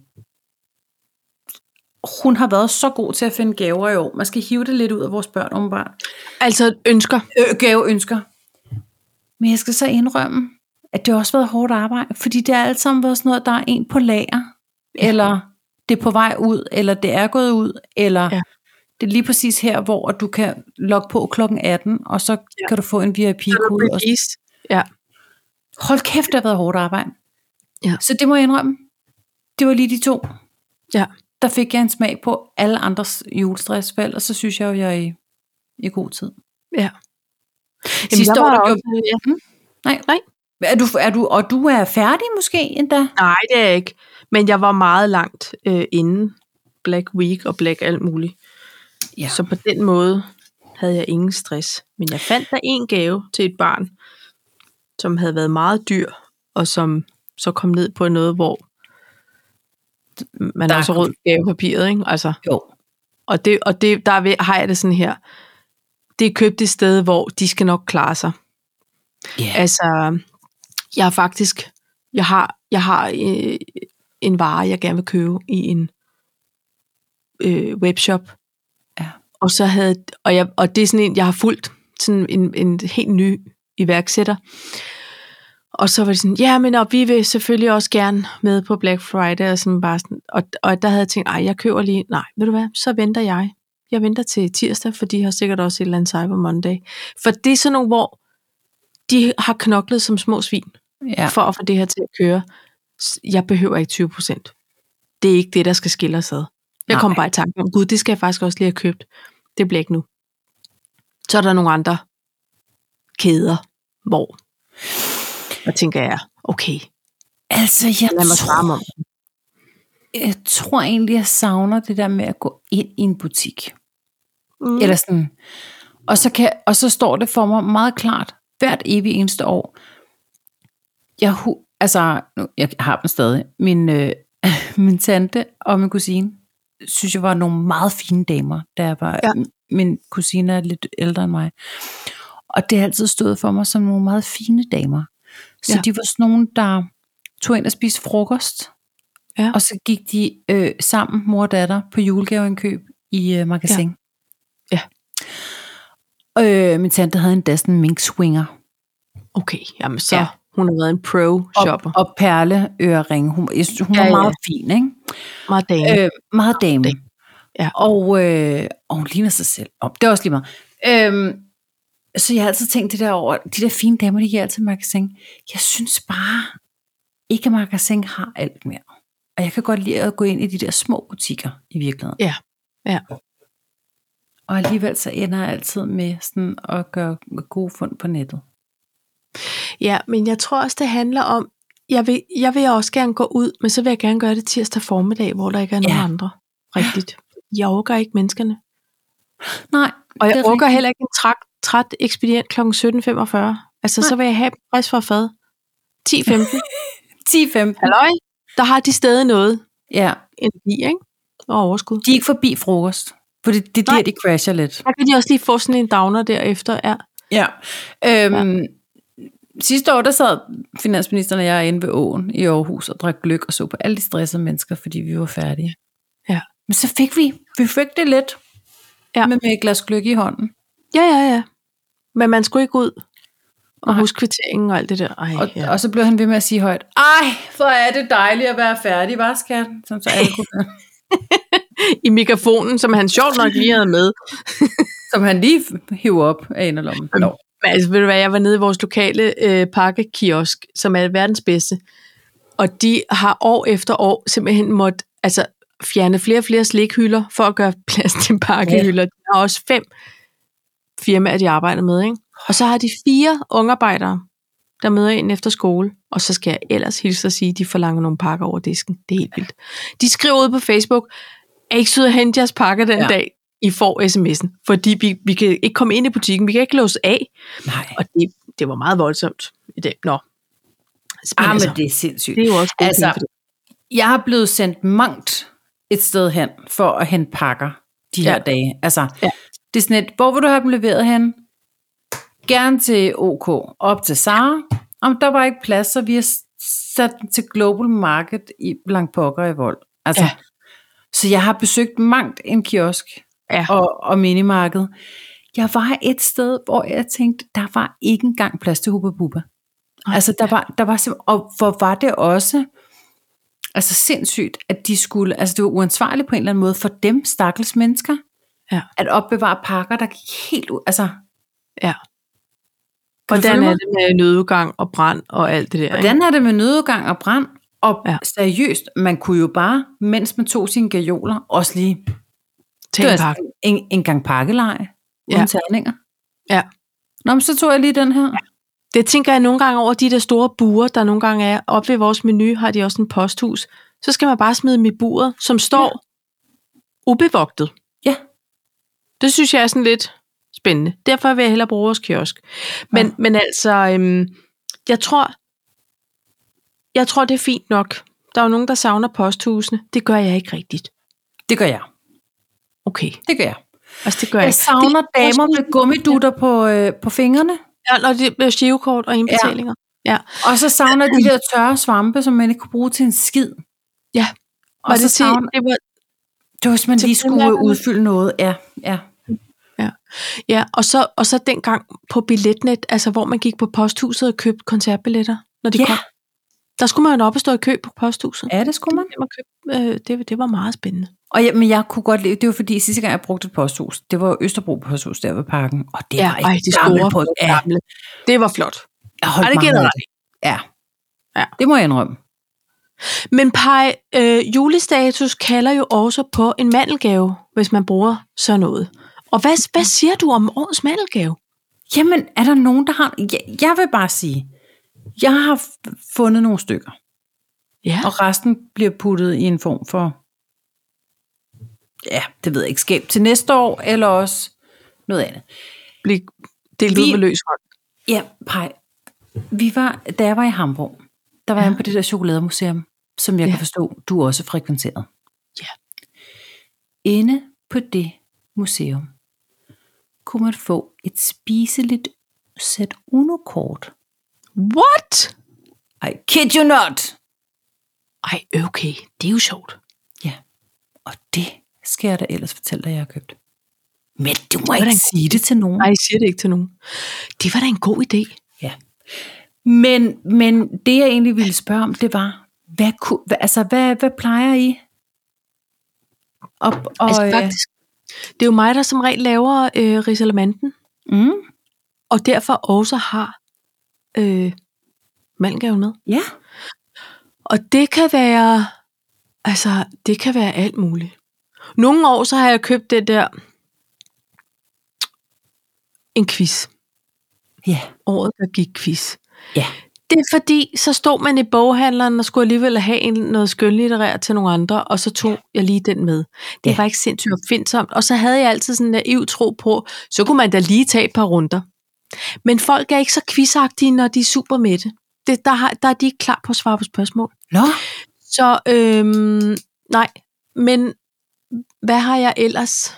hun har været så god til at finde gaver i år. Man skal hive det lidt ud af vores børn, åbenbart.
Altså ønsker.
øh, gaveønsker. Men jeg skal så indrømme, at det har også været hårdt arbejde, fordi det har alt sammen været sådan noget, der er en på lager, ja. eller det er på vej ud, eller det er gået ud, eller ja.
Ja.
det er lige præcis her, hvor du kan logge på klokken 18, og så ja.
Ja.
kan du få en VIP-kode. Og...
released. Ja.
Hold kæft, det har været hårdt arbejde.
Ja.
Så det må jeg indrømme. Det var lige de to.
Ja.
Der fik jeg en smag på alle andres julestress, for ellers så synes jeg jo, jeg er i, i god tid.
Ja.
Jamen, Sidste
jeg
år,
var
der
også-
gjorde
ja.
Nej.
Nej.
Er du, er du, og du er færdig måske endda?
Nej, det er jeg ikke. Men jeg var meget langt øh, inden Black Week og Black alt muligt.
Ja.
Så på den måde havde jeg ingen stress. Men jeg fandt der en gave til et barn, som havde været meget dyr, og som så kom ned på noget, hvor man
Der
der også
er-
rød gavepapiret, ikke? Altså,
Jo.
og det, og det, der ved- har jeg det sådan her. Det er købt et sted, hvor de skal nok klare sig.
Ja.
Altså, jeg har faktisk, jeg har, jeg har øh, en vare, jeg gerne vil købe i en øh, webshop.
Ja.
Og så havde, og, jeg, og det er sådan en, jeg har fulgt, sådan en, en helt ny iværksætter. Og så var det sådan, ja, men og vi vil selvfølgelig også gerne med på Black Friday, og, sådan bare sådan, og, og der havde jeg tænkt, ej, jeg køber lige, nej, ved du hvad, så venter jeg. Jeg venter til tirsdag, for de har sikkert også et eller andet Cyber Monday. For det er sådan nogle, hvor de har knoklet som små svin
ja.
ja. for at få det her til at køre. S- Jeg behøver ikke 20 procent. Det er ikke det, der skal skille os ad. Jeg
Nej.
kom bare i tanke om, gud, det skal jeg faktisk også lige have købt. Det bliver ikke nu. Så er der nogle andre kæder, hvor der tænker jeg, okay,
Altså, jeg
lad mig svare
tror,
mig om. det.
jeg tror egentlig, jeg savner det der med at gå ind i en butik.
Mm.
Mm. Eller sådan. Og så, kan, og så står det for mig meget klart, hvert evig eneste år. Jeg, hu- altså, nu, jeg har dem stadig. Min, øh, (laughs) min tante og min kusine, synes jeg var nogle meget fine damer, da jeg var... Ja.
Ja.
Min kusine er lidt ældre end mig. Og det har altid stået for mig som nogle meget fine damer. Så ja.
Ja.
de var sådan nogen, der tog ind og spiste frokost.
Ja.
Og så gik de øh, sammen, mor og datter, på julegaveindkøb i øh, magasin.
Ja.
Øh, min tante havde endda sådan en mink swinger.
Okay, jamen så,
Ja.
ja. hun har været en pro-shopper.
Og, og perle ørering. Hun, jeg synes, hun ja,
Ja,
var
ja.
meget fin, ikke?
Meget dame. Øh,
Øh, meget dame.
Ja.
Og, øh, og hun ligner sig selv. Oh, det er også lige meget. Øhm, så jeg har altid tænkt det der over, de der fine damer, de giver altid magasin. Jeg synes bare, ikke at magasin har alt mere. Og jeg kan godt lide at gå ind i de der små butikker i virkeligheden.
Ja. Ja.
Og alligevel så ender jeg altid med sådan at gøre gode fund på nettet.
ja, men jeg tror også, det handler om, jeg vil, jeg vil også gerne gå ud, men så vil jeg gerne gøre det tirsdag formiddag, hvor der ikke er nogen
Ja.
andre. Rigtigt. Jeg overgår ikke menneskerne.
Nej,
Og jeg
det er
orker
rigtigt.
heller ikke en træt, træt ekspedient kl. 17.45. Altså, så vil jeg have dem frisk fra fad.
(laughs)
10.15.
10-15.
Halløj. Der har de stadig noget
Ja,
energi, ikke? Og overskud.
de er ikke forbi frokost. For det, det er der,
Nej.
de crasher lidt.
Der kan de også lige få sådan en downer derefter. Ja.
Ja. Øhm, ja. Sidste år, der sad finansministeren og jeg inde ved åen i Aarhus og drak gløk og så på alle de stressede mennesker, fordi vi var færdige.
Ja.
Men så fik vi, vi fik det lidt.
Ja.
Men med et glas gløk i hånden.
ja, ja, ja. Men man skulle ikke ud Og huskvitteringen og alt det der. Ej,
Og,
ja.
ja. og så blev han ved med at sige højt, ej, hvor er det dejligt at være færdig, var skat? Sådan, så alle kunne,
I mikrofonen, som han sjovt nok lige havde med.
som han lige hiver op af inderlommen. Nå.
Men altså, ved du hvad, jeg var nede i vores lokale øh, pakkekiosk, som er verdens bedste. Og de har år efter år simpelthen måtte altså, fjerne flere og flere slikhylder for at gøre plads til pakkehylder. De har også fem firmaer, de arbejder med. Ikke? Og så har de fire ungarbejdere, der møder ind efter skole. Og så skal jeg ellers hilse og sige, at de forlanger nogle pakker over disken. Det er helt vildt. De skriver ud på Facebook, er I ikke søde at hente jeres pakker den
Ja.
ja. dag? I får sms'en, fordi vi, vi kan ikke komme ind i butikken, vi kan ikke låse af.
Nej,
Og det, det var meget voldsomt i dag. Nå. Men
ah,
altså,
men det er sindssygt.
det er jo også gode
Altså,
penge for det.
jeg er blevet sendt mangt et sted hen for at hente pakker de her ja.
Ja.
dage. Altså, ja.
Ja.
det er sådan et, hvor vil du have dem leveret hen? Gerne til OK, op til Sara. Om der var ikke plads, så vi har sat den til Global Market i Blankpokker i Vold. Altså, ja.
Ja.
Så jeg har besøgt mangt en kiosk
Ja.
og, og minimarked. Jeg var et sted, hvor jeg tænkte, der var ikke engang plads til Hubba Bubba.
Ej.
Altså, der var, der var simpelthen, og hvor var det også, altså sindssygt, at de skulle, altså det var uansvarligt på en eller anden måde for dem, stakkels mennesker,
Ja.
at opbevare pakker, der gik helt ud, altså,
Ja.
kan du
Hvordan
følge
er
mig?
det med nødudgang og brand og alt det der? ikke?
Hvordan er det med nødudgang og brand? Og ja.
Ja.
seriøst, man kunne jo bare, mens man tog sine gajoler, også lige
Tag
Det
en
var
pakke.
altså En, en gang pakkeleje,
Ja.
uden terninger.
Ja.
Nå, men så tog jeg lige den her.
Det tænker jeg nogle gange over, de der store buer, der nogle gange er. Oppe ved vores menu har de også en posthus. Så skal man bare smide dem i buret, som står ja. ubevogtet.
Ja.
Det synes jeg er sådan lidt spændende. Derfor vil jeg hellere bruge vores kiosk. Men,
Ja.
ja. men altså, øhm, jeg tror, jeg tror, det er fint nok. Der er jo nogen, der savner posthusene. Det gør jeg ikke rigtigt.
Det gør jeg.
Okay,
Det gør jeg.
altså det gør jeg,
Jeg savner
Det-
damer med gummidutter på, øh, på fingrene.
Ja, og det er girokort og indbetalinger. Ja. ja.
Og så savner
(clears throat)
de der tørre svampe, som man ikke kunne bruge til en skid.
Ja.
Og
Var
så
det, til,
savner...
det var,
Det var, hvis man
til
lige skulle
frimærkerne?
udfylde noget. Ja, ja.
Ja, og så, og så dengang på billetnet, altså hvor man gik på posthuset og købte koncertbilletter, når de
Ja.
ja. kom. Der skulle man jo op og stå i kø på posthuset.
Ja, det skulle man.
Man købte, øh, det, det var meget spændende.
Og ja, men jeg kunne godt lide, det var fordi sidste gang jeg brugte et posthus, det var Østerbro posthus der ved parken, og det
Ja,
var et
ej, de
gammelt
store,
på, ja,
Gamle. Det var flot.
jeg holdt
Ej, det
mange
gælder
af
dig.
Ja.
Ja.
det må jeg indrømme.
Men pej, øh, julestatus kalder jo også på en mandelgave, hvis man bruger sådan noget. Og hvad, hvad siger du om årets mandelgave?
Jamen, er der nogen, der har... Jeg, jeg vil bare sige, jeg har f- fundet nogle stykker,
Ja,
og resten bliver puttet i en form for... Ja, det ved jeg ikke, skab til næste år, eller også noget andet.
blive delt ud
Vi-
med løs hånd.
Ja, pej. Vi var, da jeg var i Hamburg, der var ja. jeg på det der chokolademuseum, som jeg ja.
Ja.
kan forstå, du også frekventerede.
Ja.
Inde på det museum kunne man få et spiseligt sæt UNO-kort.
What?
I kid you not!
Ej, okay, det er jo sjovt.
Ja, og det skal jeg da ellers fortælle dig, jeg har købt. Men du må ikke
Hvordan?
sige det til nogen.
Nej, jeg siger det ikke til nogen. Det var da en god idé.
Ja. Men, men det, jeg egentlig ville spørge om, det var, hvad, ku, hvad, altså, hvad, hvad plejer I? Op, og,
Altså
øh,
faktisk, det er jo mig, der som regel laver øh, risalamanden,
Mm,
og derfor også har øh, mandelgaven med.
ja,
Og det kan være, altså, det kan være alt muligt. Nogle år, så har jeg købt det der, en quiz.
ja,
Året, der gik quiz.
Ja.
Det er fordi, så stod man i boghandleren og skulle alligevel have en, noget skønlitterært til nogle andre, og så tog jeg lige den med. Det
Ja.
var ikke sindssygt opfindsomt. Og så havde jeg altid sådan en naiv tro på, så kunne man da lige tage et par runder. Men folk er ikke så quizagtige, når de er super mætte. Det, der, har, der er de ikke klar på at svare på spørgsmål.
nå,
Så øhm, nej, men hvad har jeg ellers?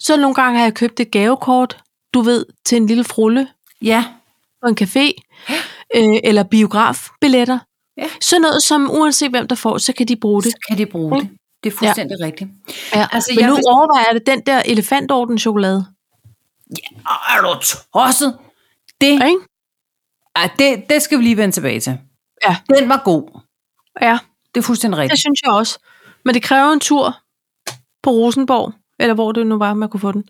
Så nogle gange har jeg købt et gavekort, du ved, til en lille frulle
ja,
på en café, øh, eller biografbilletter.
Ja.
Sådan noget, som uanset hvem der får, så kan de bruge det. Mm.
så kan de bruge det. Det er fuldstændig ja. rigtigt.
Ja.
altså,
Altså, Men
jeg
nu
vil-
overvejer jeg det, den der elefantorden chokolade.
Er du tosset? Det
Ikke?
Ej, det, det skal vi lige vende tilbage til.
Ja.
Den var god.
Ja,
Det er fuldstændig
det
rigtigt.
synes jeg også. Men det kræver en tur på Rosenborg, eller hvor det nu var, man kunne få den.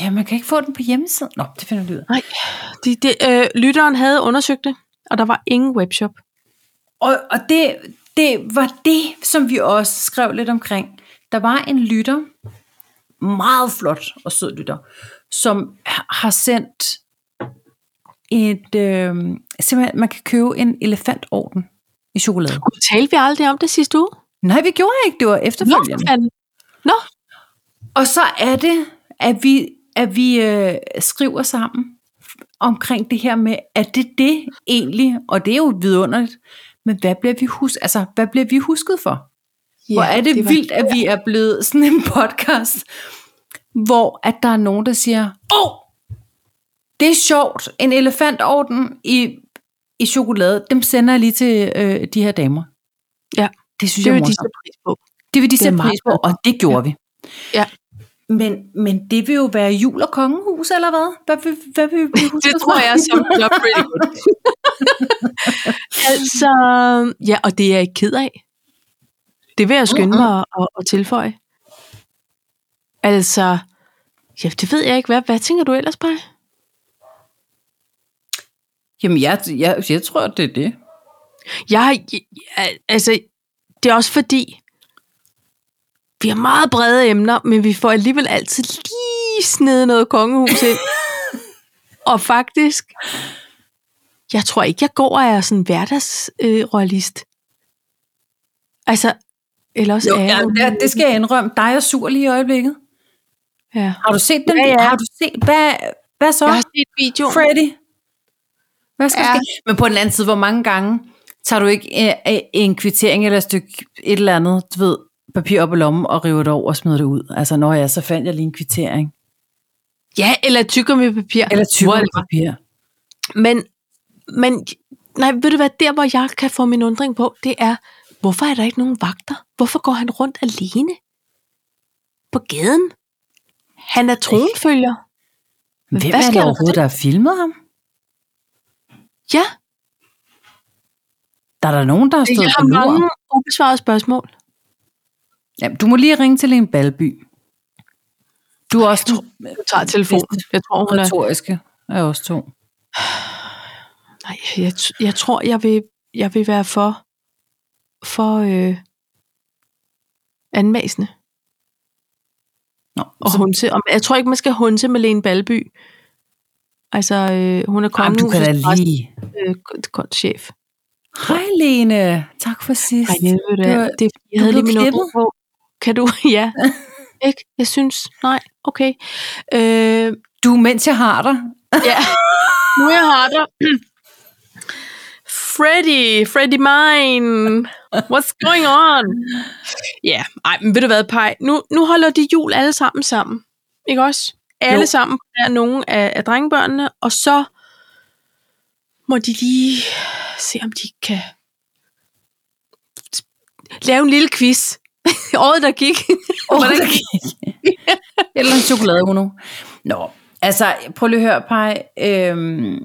Ja, man kan ikke få den på hjemmesiden. Nå, det finder du ud af.
Nej, de, de, øh, lytteren havde undersøgt det, og der var ingen webshop.
Og, og det, det var det, som vi også skrev lidt omkring. Der var en lytter, meget flot og sød lytter, som har sendt et... Øh, simpelthen, man kan købe en elefantorden i chokolade.
Gud, talte vi aldrig om det sidste uge?
Nej, vi gjorde ikke. Det var
Nå,
efterfølgende.
fanden. Nå,
Og så er det, at vi, at vi øh, skriver sammen omkring det her med, er det det egentlig, og det er jo vidunderligt, men hvad bliver vi, hus- altså, hvad bliver vi husket for? Ja, hvor er det, det
var-
vildt, at vi er blevet sådan en podcast, hvor at der er nogen, der siger, åh, oh, det er sjovt, en elefantorden i, i chokolade, dem sender jeg lige til øh, de her damer.
Ja,
det synes jeg
Det
er
vil de
morsomt.
sætte pris på.
Det vil de
Det er
sætte
meget
pris på, og det gjorde vi.
Ja.
Men, men det vil jo være jul og kongehus, eller hvad? Hvad vil, hvad vil vi blive
Det
husket
tror
for?
jeg som job pretty good. (laughs) altså, ja, og det er jeg ikke ked af. Det vil jeg skynde mig at, at, at tilføje. Altså, ja, det ved jeg ikke. Hvad, hvad tænker du ellers, Paj?
Jamen, jeg, jeg, jeg tror, det er det.
Jeg har, ja, altså, det er også fordi, vi har meget brede emner, men vi får alligevel altid lige snedet noget kongehus
(laughs)
ind. og faktisk, jeg tror ikke, jeg går og er sådan hverdagsroyalist. Øh, royalist. altså, eller også
Jo,
er
ja,
jeg
det, det skal jeg indrømme. Dig er sur lige i øjeblikket.
Ja.
Har du set den?
Ja, ja.
Har du set? Hvad, hvad så?
Jeg har set videoen.
Freddy? Hvad skal
Ja.
ja. ske? Men på den anden side, hvor mange gange tager du ikke øh, øh, en kvittering eller et stykke et eller andet, du ved, papir op i lommen og river det over og smider det ud? Altså, når jeg så fandt jeg lige en kvittering.
Ja, eller tykker med papir.
Eller
Whatever.
20 papir.
Men, men nej, ved du hvad, der hvor jeg kan få min undring på, det er, hvorfor er der ikke nogen vagter? Hvorfor går han rundt alene? På gaden? Han er tronfølger.
Hvem
Hvad
Hvad er
sker
det
der
overhovedet, der har filmet ham?
Ja,
Der er der nogen, der har stået
jeg
på
har
luren.
mange ubesvarede spørgsmål.
Jamen, du må lige ringe til en Balby. Du er også
tror-
den
Jeg tager telefonen. Jeg tror, hun er...
retoriske af os to.
Nej, jeg, t- jeg tror, jeg vil, jeg vil være for... For... Øh, anmæsende.
Nå,
Og
så,
hunse. Og jeg tror ikke, man skal hunse Malene Balby. Altså, øh, hun er
jamen, du kan da
kongehusets præst,
lige...
øh, k- k- chef.
Hej, Lene. Tak for sidst.
Ej, helvede, det,
Det
var,
var-
det er, fordi, jeg
du
havde
blev
lige min
klippet?
undring på. Kan du? (laughs)
(laughs)
Ja. Ikke? Jeg synes, nej, okay. Øh,
Du, mens jeg har dig.
ja. Nu er jeg har dig. Freddy, Freddy mine. What's going on? Ja, ej, men ved du hvad, Pej? Nu, nu holder de jul alle sammen sammen. Ikke også? Alle
Jo.
jo. sammen er nogle af, af drengebørnene, og så må de lige se, om de kan lave en lille quiz. (laughs) Året, der gik.
Oh,
Hvordan-
Eller en chokolade nu. Nå, altså, prøv lige at høre, Paj. Øhm,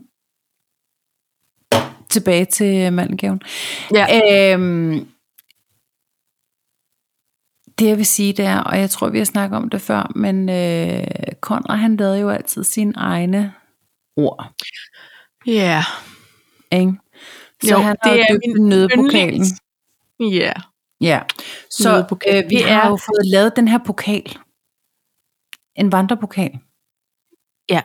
tilbage til mandelgaven.
Ja.
Øhm, det jeg vil sige, det er, og jeg tror, vi har snakket om det før, men øh, Conrad, han lavede jo altid sine egne ord,
Ja.
ikke? Så
Jo,
han har
det
jo
er
døbt
min
den nødepokalen.
yndlings- Ja.
Ja, så
Nødepokal.
øh, vi
Det
har
er-
jo fået lavet den her pokal. En vandrepokal.
Ja.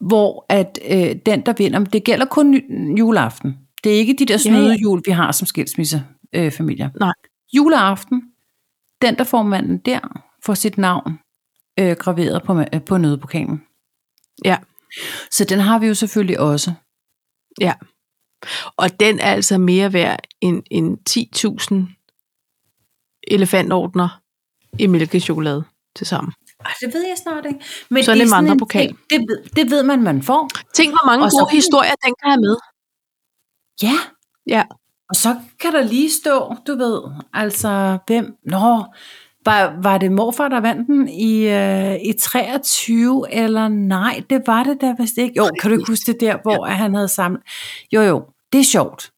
Hvor at øh, den, der vinder, men det gælder kun ju- juleaften. Det er ikke de der
Ja, ja.
snyde jul, vi har som skilsmissefamilier. Øh, familier.
Nej.
Juleaften, den, der får manden der, får sit navn øh, graveret på, ma- øh, på nødepokalen.
Ja.
Så den har vi jo selvfølgelig også.
Og den er altså mere værd end, end 10.000 elefantordner i mælkechokolade til sammen.
Ej, det ved jeg snart ikke. Men
Så er det en
sådan
vandrepokal.
ting, Det, ved- det ved man, man får.
Tænk, hvor mange
Og så-
gode historier den kan have med.
Ja.
Ja.
Og så kan der lige stå, du ved, altså hvem, nå, Var, var det morfar, der vandt den i, øh, i 23, eller nej, det var det da vist ikke. Jo, kan du ikke huske det der, hvor ja. han havde samlet? Jo, jo, det er sjovt.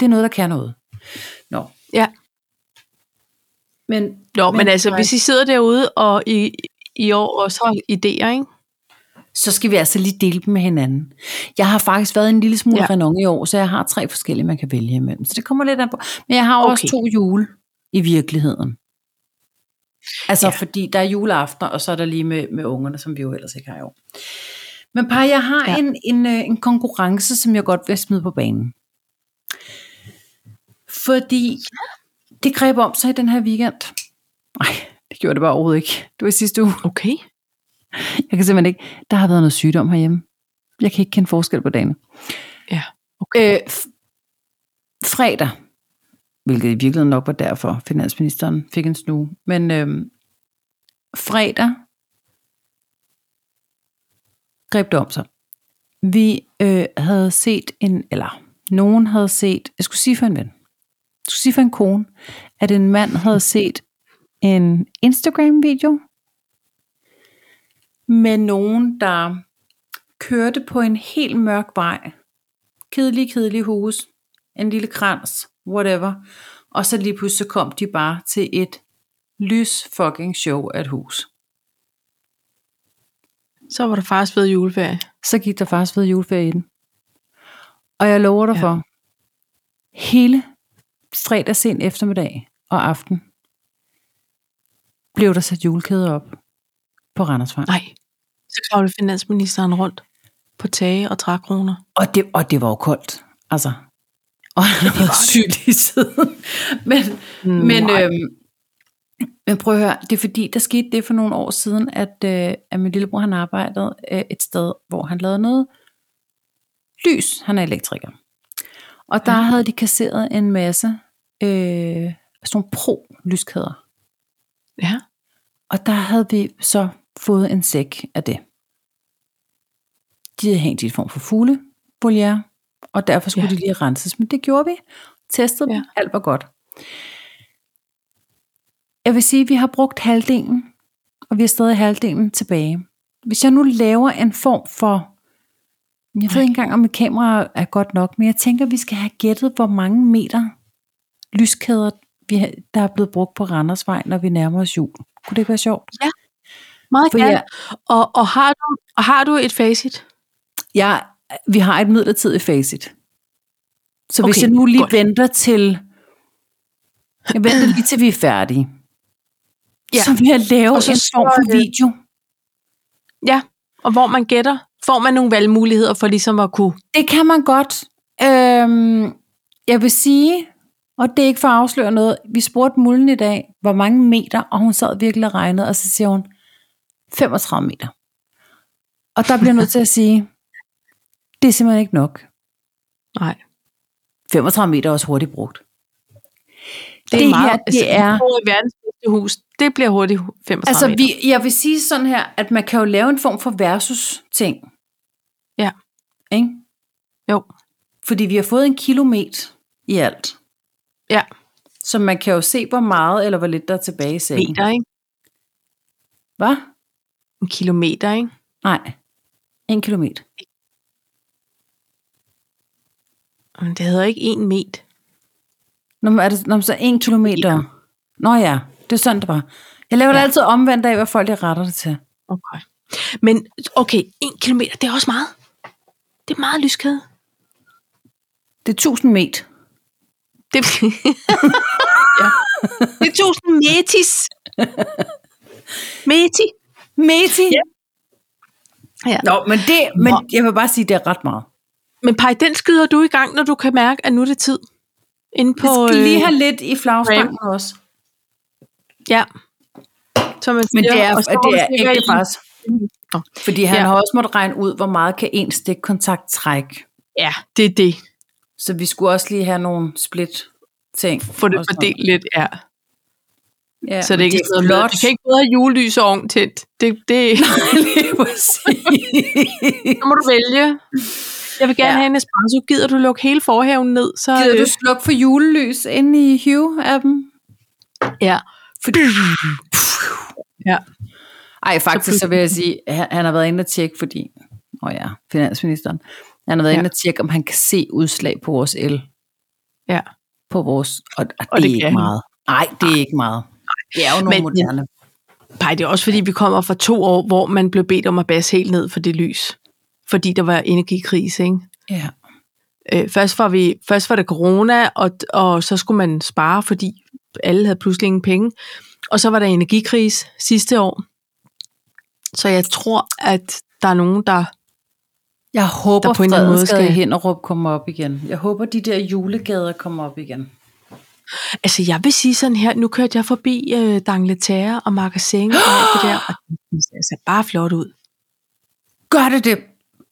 Det er noget, der kan noget. Nå.
Ja.
Men,
Nå, men, men altså, hvis I sidder derude og i, i år også har idéer, ikke?
så skal vi altså lige dele dem med hinanden. Jeg har faktisk været en lille smule ja.
Ja.
renon i år, så jeg har tre forskellige, man kan vælge imellem. Så det kommer lidt an på. Men jeg har okay.
Okay.
også to jule i virkeligheden. Altså ja.
Ja.
fordi der er juleaften, og så er der lige med, med ungerne, som vi jo ellers ikke har i år. Men par, jeg har ja.
Ja.
en, en, øh, en konkurrence, som jeg godt vil smide på banen. Fordi det greb om sig i den her weekend. Nej, det gjorde det bare overhovedet ikke. Det var i sidste uge.
Okay.
Jeg kan simpelthen ikke. Der har været noget sygdom herhjemme. Jeg kan ikke kende forskel på dagene.
Ja,
Okay. Øh, f- fredag, hvilket i virkeligheden nok var derfor, finansministeren fik en snue. Men øh, fredag greb det om sig. Vi øh, havde set en, eller nogen havde set, jeg skulle sige for en ven, jeg skulle sige for en kone, at en mand havde set en Instagram-video med nogen, der kørte på en helt mørk vej. Kedelige, kedelige hus, en lille krans, whatever. Og så lige pludselig så kom de bare til et lys fucking show af et hus.
Så var der faktisk ved juleferie.
Så gik der faktisk ved juleferie i den. Og jeg lover dig ja.
Ja.
for, hele fredag sen eftermiddag og aften, blev der sat julekæder op på Randersvej.
Nej. Så kravlede finansministeren rundt på tage og trækroner.
Og det, og det var jo koldt, altså. Og han har været
det. Mm,
syg i siden. (laughs) Men, men,
Nej.
øhm, men prøv at høre, det er fordi, der skete det for nogle år siden, at, øh, at min lillebror han arbejdede øh, et sted, hvor han lavede noget lys. Han er elektriker. Og der ja. havde de kasseret en masse øh, sådan nogle pro-lyskæder.
Ja.
Og der havde vi så fået en sæk af det. De havde hængt i en form for fuglevoliere, og derfor skulle ja.
Ja.
de lige renses, men det gjorde vi. Testede ja. dem,
Ja.
alt var godt. Jeg vil sige, at vi har brugt halvdelen, og vi har stadig halvdelen tilbage. Hvis jeg nu laver en form for, jeg ved ikke engang, om et kamera er godt nok, men jeg tænker, vi skal have gættet, hvor mange meter lyskæder, vi har, der er blevet brugt på Randersvej, når vi nærmer os jul. Kunne det ikke være sjovt?
Meget
For
gerne.
jeg-
Og, og, har du, og har du et facit?
Jeg, vi har et midlertidigt facit. Så okay, hvis
Okay,
jeg nu lige godt.
godt.
venter til... Jeg venter lige til vi er færdige. Ja.
Ja.
Så vil jeg lave
Og
så
så
en form for
så, øh,
video.
Ja. Og hvor man gætter, får man nogle valgmuligheder for ligesom at kunne...
Det kan man godt. Øhm, jeg vil sige, og det er ikke for at afsløre noget, vi spurgte Mullen i dag, hvor mange meter, og hun sad virkelig og regnede, og så siger hun, 35 meter. Og der bliver jeg nødt til at sige, det er simpelthen ikke nok.
Nej.
35 meter er også hurtigt brugt.
Det,
Det
er meget, altså,
her, det er-
Vi bor i verdens bedste hus. Det bliver hurtigt hu- 35
Altså,
meter.
vi, jeg vil sige sådan her, at man kan jo lave en form for versus-ting.
Ja.
Ikke?
Jo.
Fordi vi har fået en kilometer i alt.
Ja.
Så man kan jo se, hvor meget eller hvor lidt der er tilbage i sagen.
Meter, ikke?
Hvad?
En kilometer, ikke?
Nej. En kilometer.
Men det hedder ikke en meter.
Nå, men er det, nå, men så en kilometer. Nå ja, det er sådan, det var. Jeg laver ja. det
Ja.
altid omvendt af, hvad folk de retter det til.
Okay. Men okay, en kilometer, det er også meget. Det er meget lyskæde.
Det er 1000 meter. (laughs)
Det, ja. det er tusind metis. Meti.
Meti? Ja.
Ja.
Nå, men, det, men
Nå.
jeg vil bare sige, det er ret meget.
Men Paj, den skyder du i gang, når du kan mærke, at nu er det tid. Inde på,
Vi skal
øh,
lige have lidt i flagstangen også.
Ja. Så man
Men
siger,
det er,
og så
og det er
man sikkert
ægte
i-
faktisk.
Nå.
Fordi han ja.
Ja.
har også måttet regne ud, hvor meget kan en stikkontakt trække.
Ja, det er det.
Så vi skulle også lige have nogle split ting.
Få det fordelt lidt, ja.
Ja,
så det ikke
er
sidder med.
flot.
Vi kan
(laughs)
ikke både have julelys og ovn tændt. Det, det,
Lige præcis.
så må du vælge. Jeg vil gerne
Ja.
ja. have en espresso. Gider du lukke hele forhaven ned? Så,
Gider
øh,
du slukke for julelys inde i Hue-appen?
Ja.
Fordi,
Ja.
Ej, faktisk så vil jeg sige, at han- han har været inde og tjekke, fordi, åh oh ja, finansministeren, han har været
Ja.
ja. inde og tjekke, om han kan se udslag på vores el.
Ja.
På vores, og, og,
Og
og det,
det
er
kan
ikke
han.
meget. Nej, det er ikke meget. Det er jo nogle
Men-
moderne.
Nej, det er også fordi, vi kommer fra to år, hvor man blev bedt om at basse helt ned for det lys. Fordi der var energikrise, ikke?
Ja.
Øh, først, var vi, først var der corona, og, og så skulle man spare, fordi alle havde pludselig ingen penge. Og så var der energikrise sidste år. Så jeg tror, at der er nogen, der...
Jeg håber,
Der
der
på
på
en eller anden måde
en skal
skal-
Hinderup kommer op igen. Jeg håber, de der julegader kommer op igen.
Altså, jeg vil sige sådan her, nu kørte jeg forbi øh, Dangletære og Magasin og alt det der, og det ser altså bare flot ud.
Gør det det?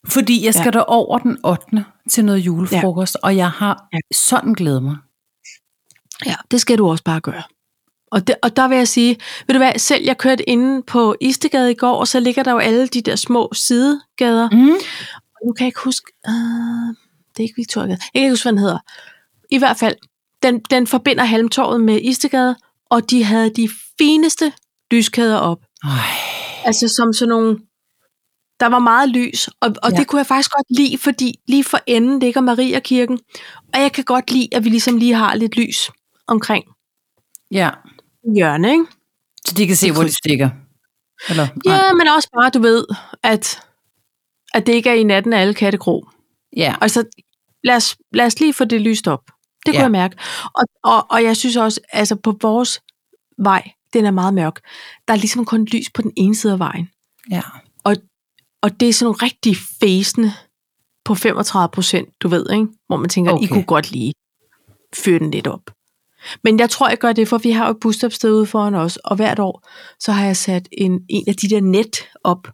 Fordi jeg skal ja.
Ja.
derover den 8. til noget julefrokost, ja. og jeg har
Ja.
ja. sådan glædet mig.
Ja, det skal du også bare gøre. Og, det, og der vil jeg sige, ved du hvad, selv jeg kørte inde på Istegade i går, og så ligger der jo alle de der små sidegader,
Mm.
Og nu kan jeg ikke huske, øh, det er ikke Victoria. Jeg kan ikke huske, hvad den hedder. I hvert fald, den, den forbinder Halmtorvet med Istegade, og de havde de fineste lyskæder op.
Ej.
Altså som sådan nogle, der var meget lys, og, og ja.
Ja.
det kunne jeg faktisk godt lide, fordi lige for enden ligger Mariakirken, og jeg kan godt lide, at vi ligesom lige har lidt lys omkring
Ja,
hjørnet, ikke?
så de kan se, hvor de stikker. Eller,
Ja,
nej.
men også bare, du ved, at, at det ikke er i natten af alle kattegrå.
ja.
Altså, lad os, lad os lige få det lyst op. Det kunne
Ja.
jeg mærke. Og, og, og jeg synes også, altså på vores vej, den er meget mørk. Der er ligesom kun lys på den ene side af vejen.
ja.
Og det er sådan nogle rigtig fæsende på 35 procent, du ved, ikke? Hvor man tænker, okay. I
Okay.
kunne godt lige fyre den lidt op. Men jeg tror, jeg gør det, for vi har jo et busstopsted ude foran os, og hvert år, så har jeg sat en, en af de der net op.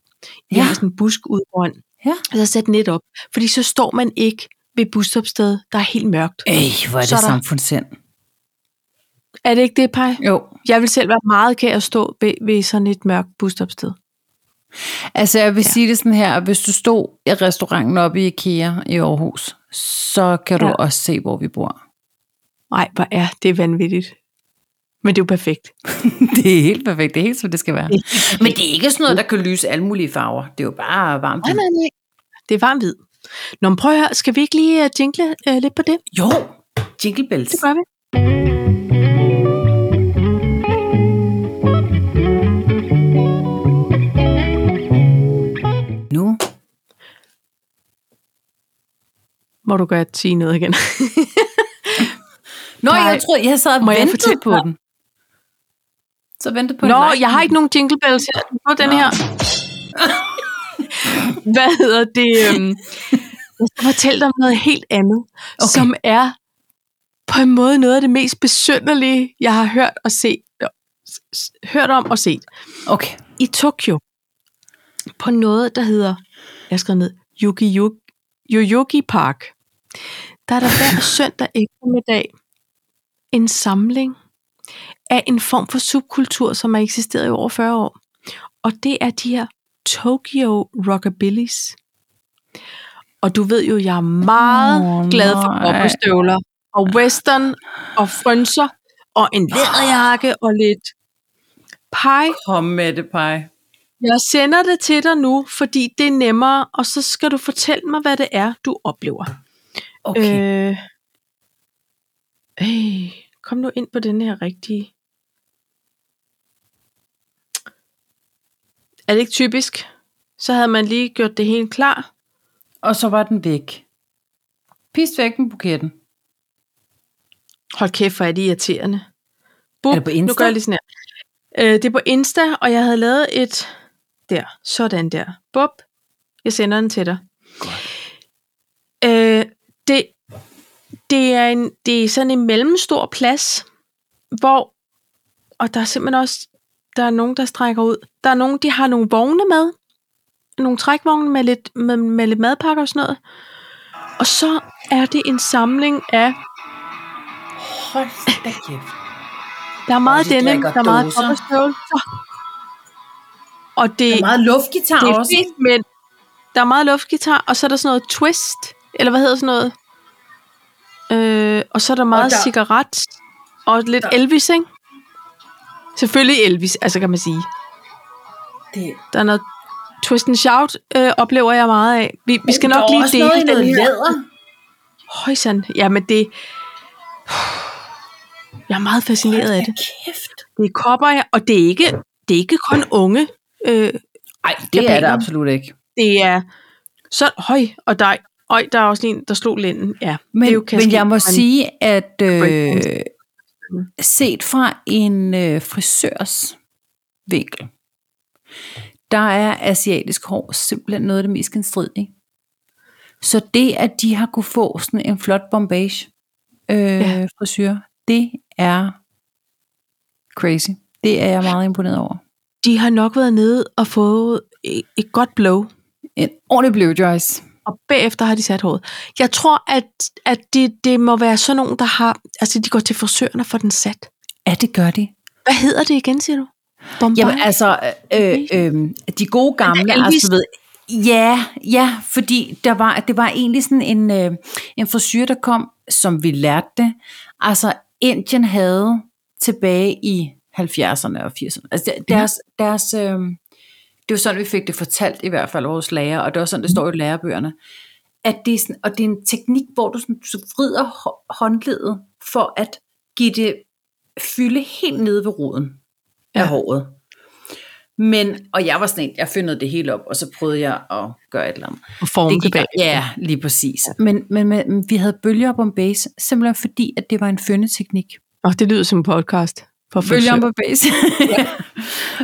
Jeg
Ja.
har sådan en busk ud foran.
Ja.
Og så har jeg sat net op, fordi så står man ikke ved busstopstedet, der er helt mørkt.
Ej, hvor er
Så
det
er der-
samfundssind.
Er det ikke det, Paj?
Jo,
Jeg vil selv være meget kær at stå ved, ved sådan et mørkt busstopsted.
altså jeg vil ja. sige det sådan her, at hvis du stod i restauranten oppe i IKEA i Aarhus, så kan du
Ja.
ja. også se, hvor vi bor.
Nej, hvor er det vanvittigt. Men det er jo perfekt.
(laughs) det er helt perfekt, det er helt som det skal være.
Det
Men det er ikke sådan noget, der kan lyse alle mulige farver. Det er jo bare varmt.
nej, nej. Det er varmt hvid. Nå, men prøv at høre, skal vi ikke lige øh, jingle øh, lidt på det?
Jo, jingle bells.
Det gør vi.
Nu.
Må du godt sige noget igen?
Nå,
Nej.
jeg troede, jeg sad og
Må jeg
ventede
fortælle
på
dig?
den. Så ventede på
Nå,
en like.
jeg har ikke nogen jingle bells her. På den
Nå. (laughs)
her. Hvad hedder det? øhm, Jeg skal fortælle dig om noget helt andet, okay.
Okay.
som er på en måde noget af det mest besynderlige, jeg har hørt og set, s- s- hørt om og set.
Okay.
i Tokyo på noget, der hedder, jeg skrev ned, Yuki Yoyogi Park. Der er der
(laughs)
hver søndag eftermiddag en samling af en form for subkultur, som har eksisteret i over 40 år. Og det er de her Tokyo Rockabillys. Og du ved jo, jeg er meget
Åh,
glad for
nej.
cowboystøvler og western og frynser og en læderjakke og lidt pie
Kom med det, pej.
jeg sender det til dig nu, fordi det er nemmere, og så skal du fortælle mig, hvad det er, du oplever.
Okay. Øh.
Øh, øh, kom nu ind på den her rigtige. Er det ikke typisk? Så havde man lige gjort det helt klar.
Og så var den væk. Pist væk med buketten.
Hold kæft, hvor er det irriterende. Bup,
Er det på Insta?
Nu gør jeg lige sådan her. Øh, det er på Insta, og jeg havde lavet et... Der, sådan der. Bup, jeg sender den til dig. Øh, det, det, er en, det er sådan en mellemstor plads, hvor... Og der er simpelthen også... Der er nogen, der strækker ud. Der er nogen, de har nogle vogne med. Nogle trækvogne med lidt, med, med lidt madpakker og sådan noget. Og så er det en samling af
Hold da kæft.
Der er meget
Og de
denim,
drikker
der er meget
dåser.
kopperstøvler. Og det,
Der er meget luftgitar
det er
også.
fedt, men der er meget luftgitar, og så er der sådan noget twist, eller hvad hedder sådan noget? Øh, og så er der meget
der-
cigaret, og lidt
der-
Elvis, ikke? Selvfølgelig Elvis, altså kan man sige.
Det,
Der er noget twist and shout, øh, oplever jeg meget af. Vi, vi skal nok lige dele
noget,
den
noget
her.
læder.
Højsan, jamen det... Jeg er meget fascineret af det.
Kæft.
Det er kopper, og det er ikke, det er ikke kun unge. Øh,
Ej, det er det
Japaner.
absolut ikke.
det er så høj, og der, øj, der er også en, der slog lænden. Ja, det
Men,
er jo kan
men
ske,
jeg må
men-
sige, at øh,
Breakdance.
set fra en øh, frisørs vinkel, der er asiatisk hår simpelthen noget af det mest genstridige. Så det, at de har kunne få sådan en flot bombage øh,
Ja.
ja. frisyr, det er crazy. Det er jeg meget imponeret over.
De har nok været nede og fået et, et godt blow,
En ordentlig blowjoys.
og bagefter har de sat håret. Jeg tror, at, at det, det må være sådan nogen, der har... Altså, de går til frisøren og får den sat.
Ja, det gør de.
Hvad hedder det igen, siger du? Bombay?
Jamen altså, øh, øh, de gode gamle,
Elvis.
altså du ved, ja, ja, fordi der var, det var egentlig sådan en, øh, en frisyr, der kom, som vi lærte det. Altså, Indien havde tilbage i 70'erne og 80'erne. Altså, der- deres, deres, øh, det var sådan, vi fik det fortalt i hvert fald af vores lærer, og det var sådan,
Mm.
det står i lærebøgerne, at det er sådan, og det er en teknik, hvor du, sådan, du vrider hå- håndledet for at give det fylde helt nede ved roden af
Ja.
håret. Men, og jeg var sådan en, jeg fyndede det hele op, og så prøvede jeg at gøre et eller andet.
Og formen
Det gik,
tilbage.
ja, lige præcis. Men, men, men, vi havde bølger op om base, simpelthen fordi, at det var en fyndeteknik.
Og det lyder som en podcast. For
Bølger
frisører.
om base. ja.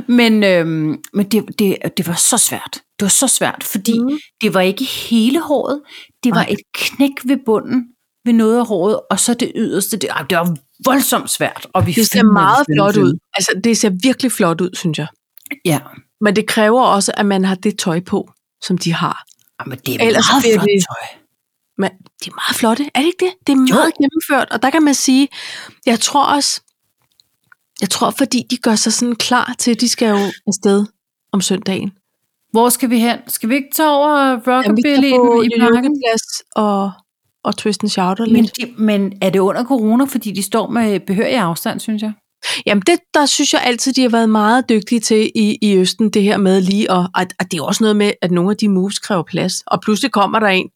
(laughs) Men, øhm, men det, det, det, var så svært. Det var så svært, fordi
Mhm.
mm. det var ikke hele håret. Det var
Nej.
et knæk ved bunden ved noget af håret, og så det yderste. Det, ej, det var voldsomt svært. Og vi
Det ser
filmede,
meget
filmede,
flot ud.
filmede.
Altså, det ser virkelig flot ud, synes jeg.
Ja,
Men det kræver også, at man har det tøj på, som de har.
men det er
Ellers
Ellers
så
meget
bliver
flot
det-
tøj.
Men de er meget flotte, er det ikke det? Det er meget gennemført, og der kan man sige, jeg tror også, jeg tror, fordi de gør sig sådan klar til, at de skal jo afsted om søndagen.
Hvor skal vi hen? Skal vi ikke tage over
vi
Rockabilly
kan få
i parken?
lykkeplads og, og twist and shout lidt.
Men, det, men er det under corona, fordi de står med behørig afstand, synes jeg?
Jamen det, der synes jeg altid, de har været meget dygtige til i, i Østen, det her med lige, og, at, at det er også noget med, at nogle af de moves kræver plads, og pludselig kommer der en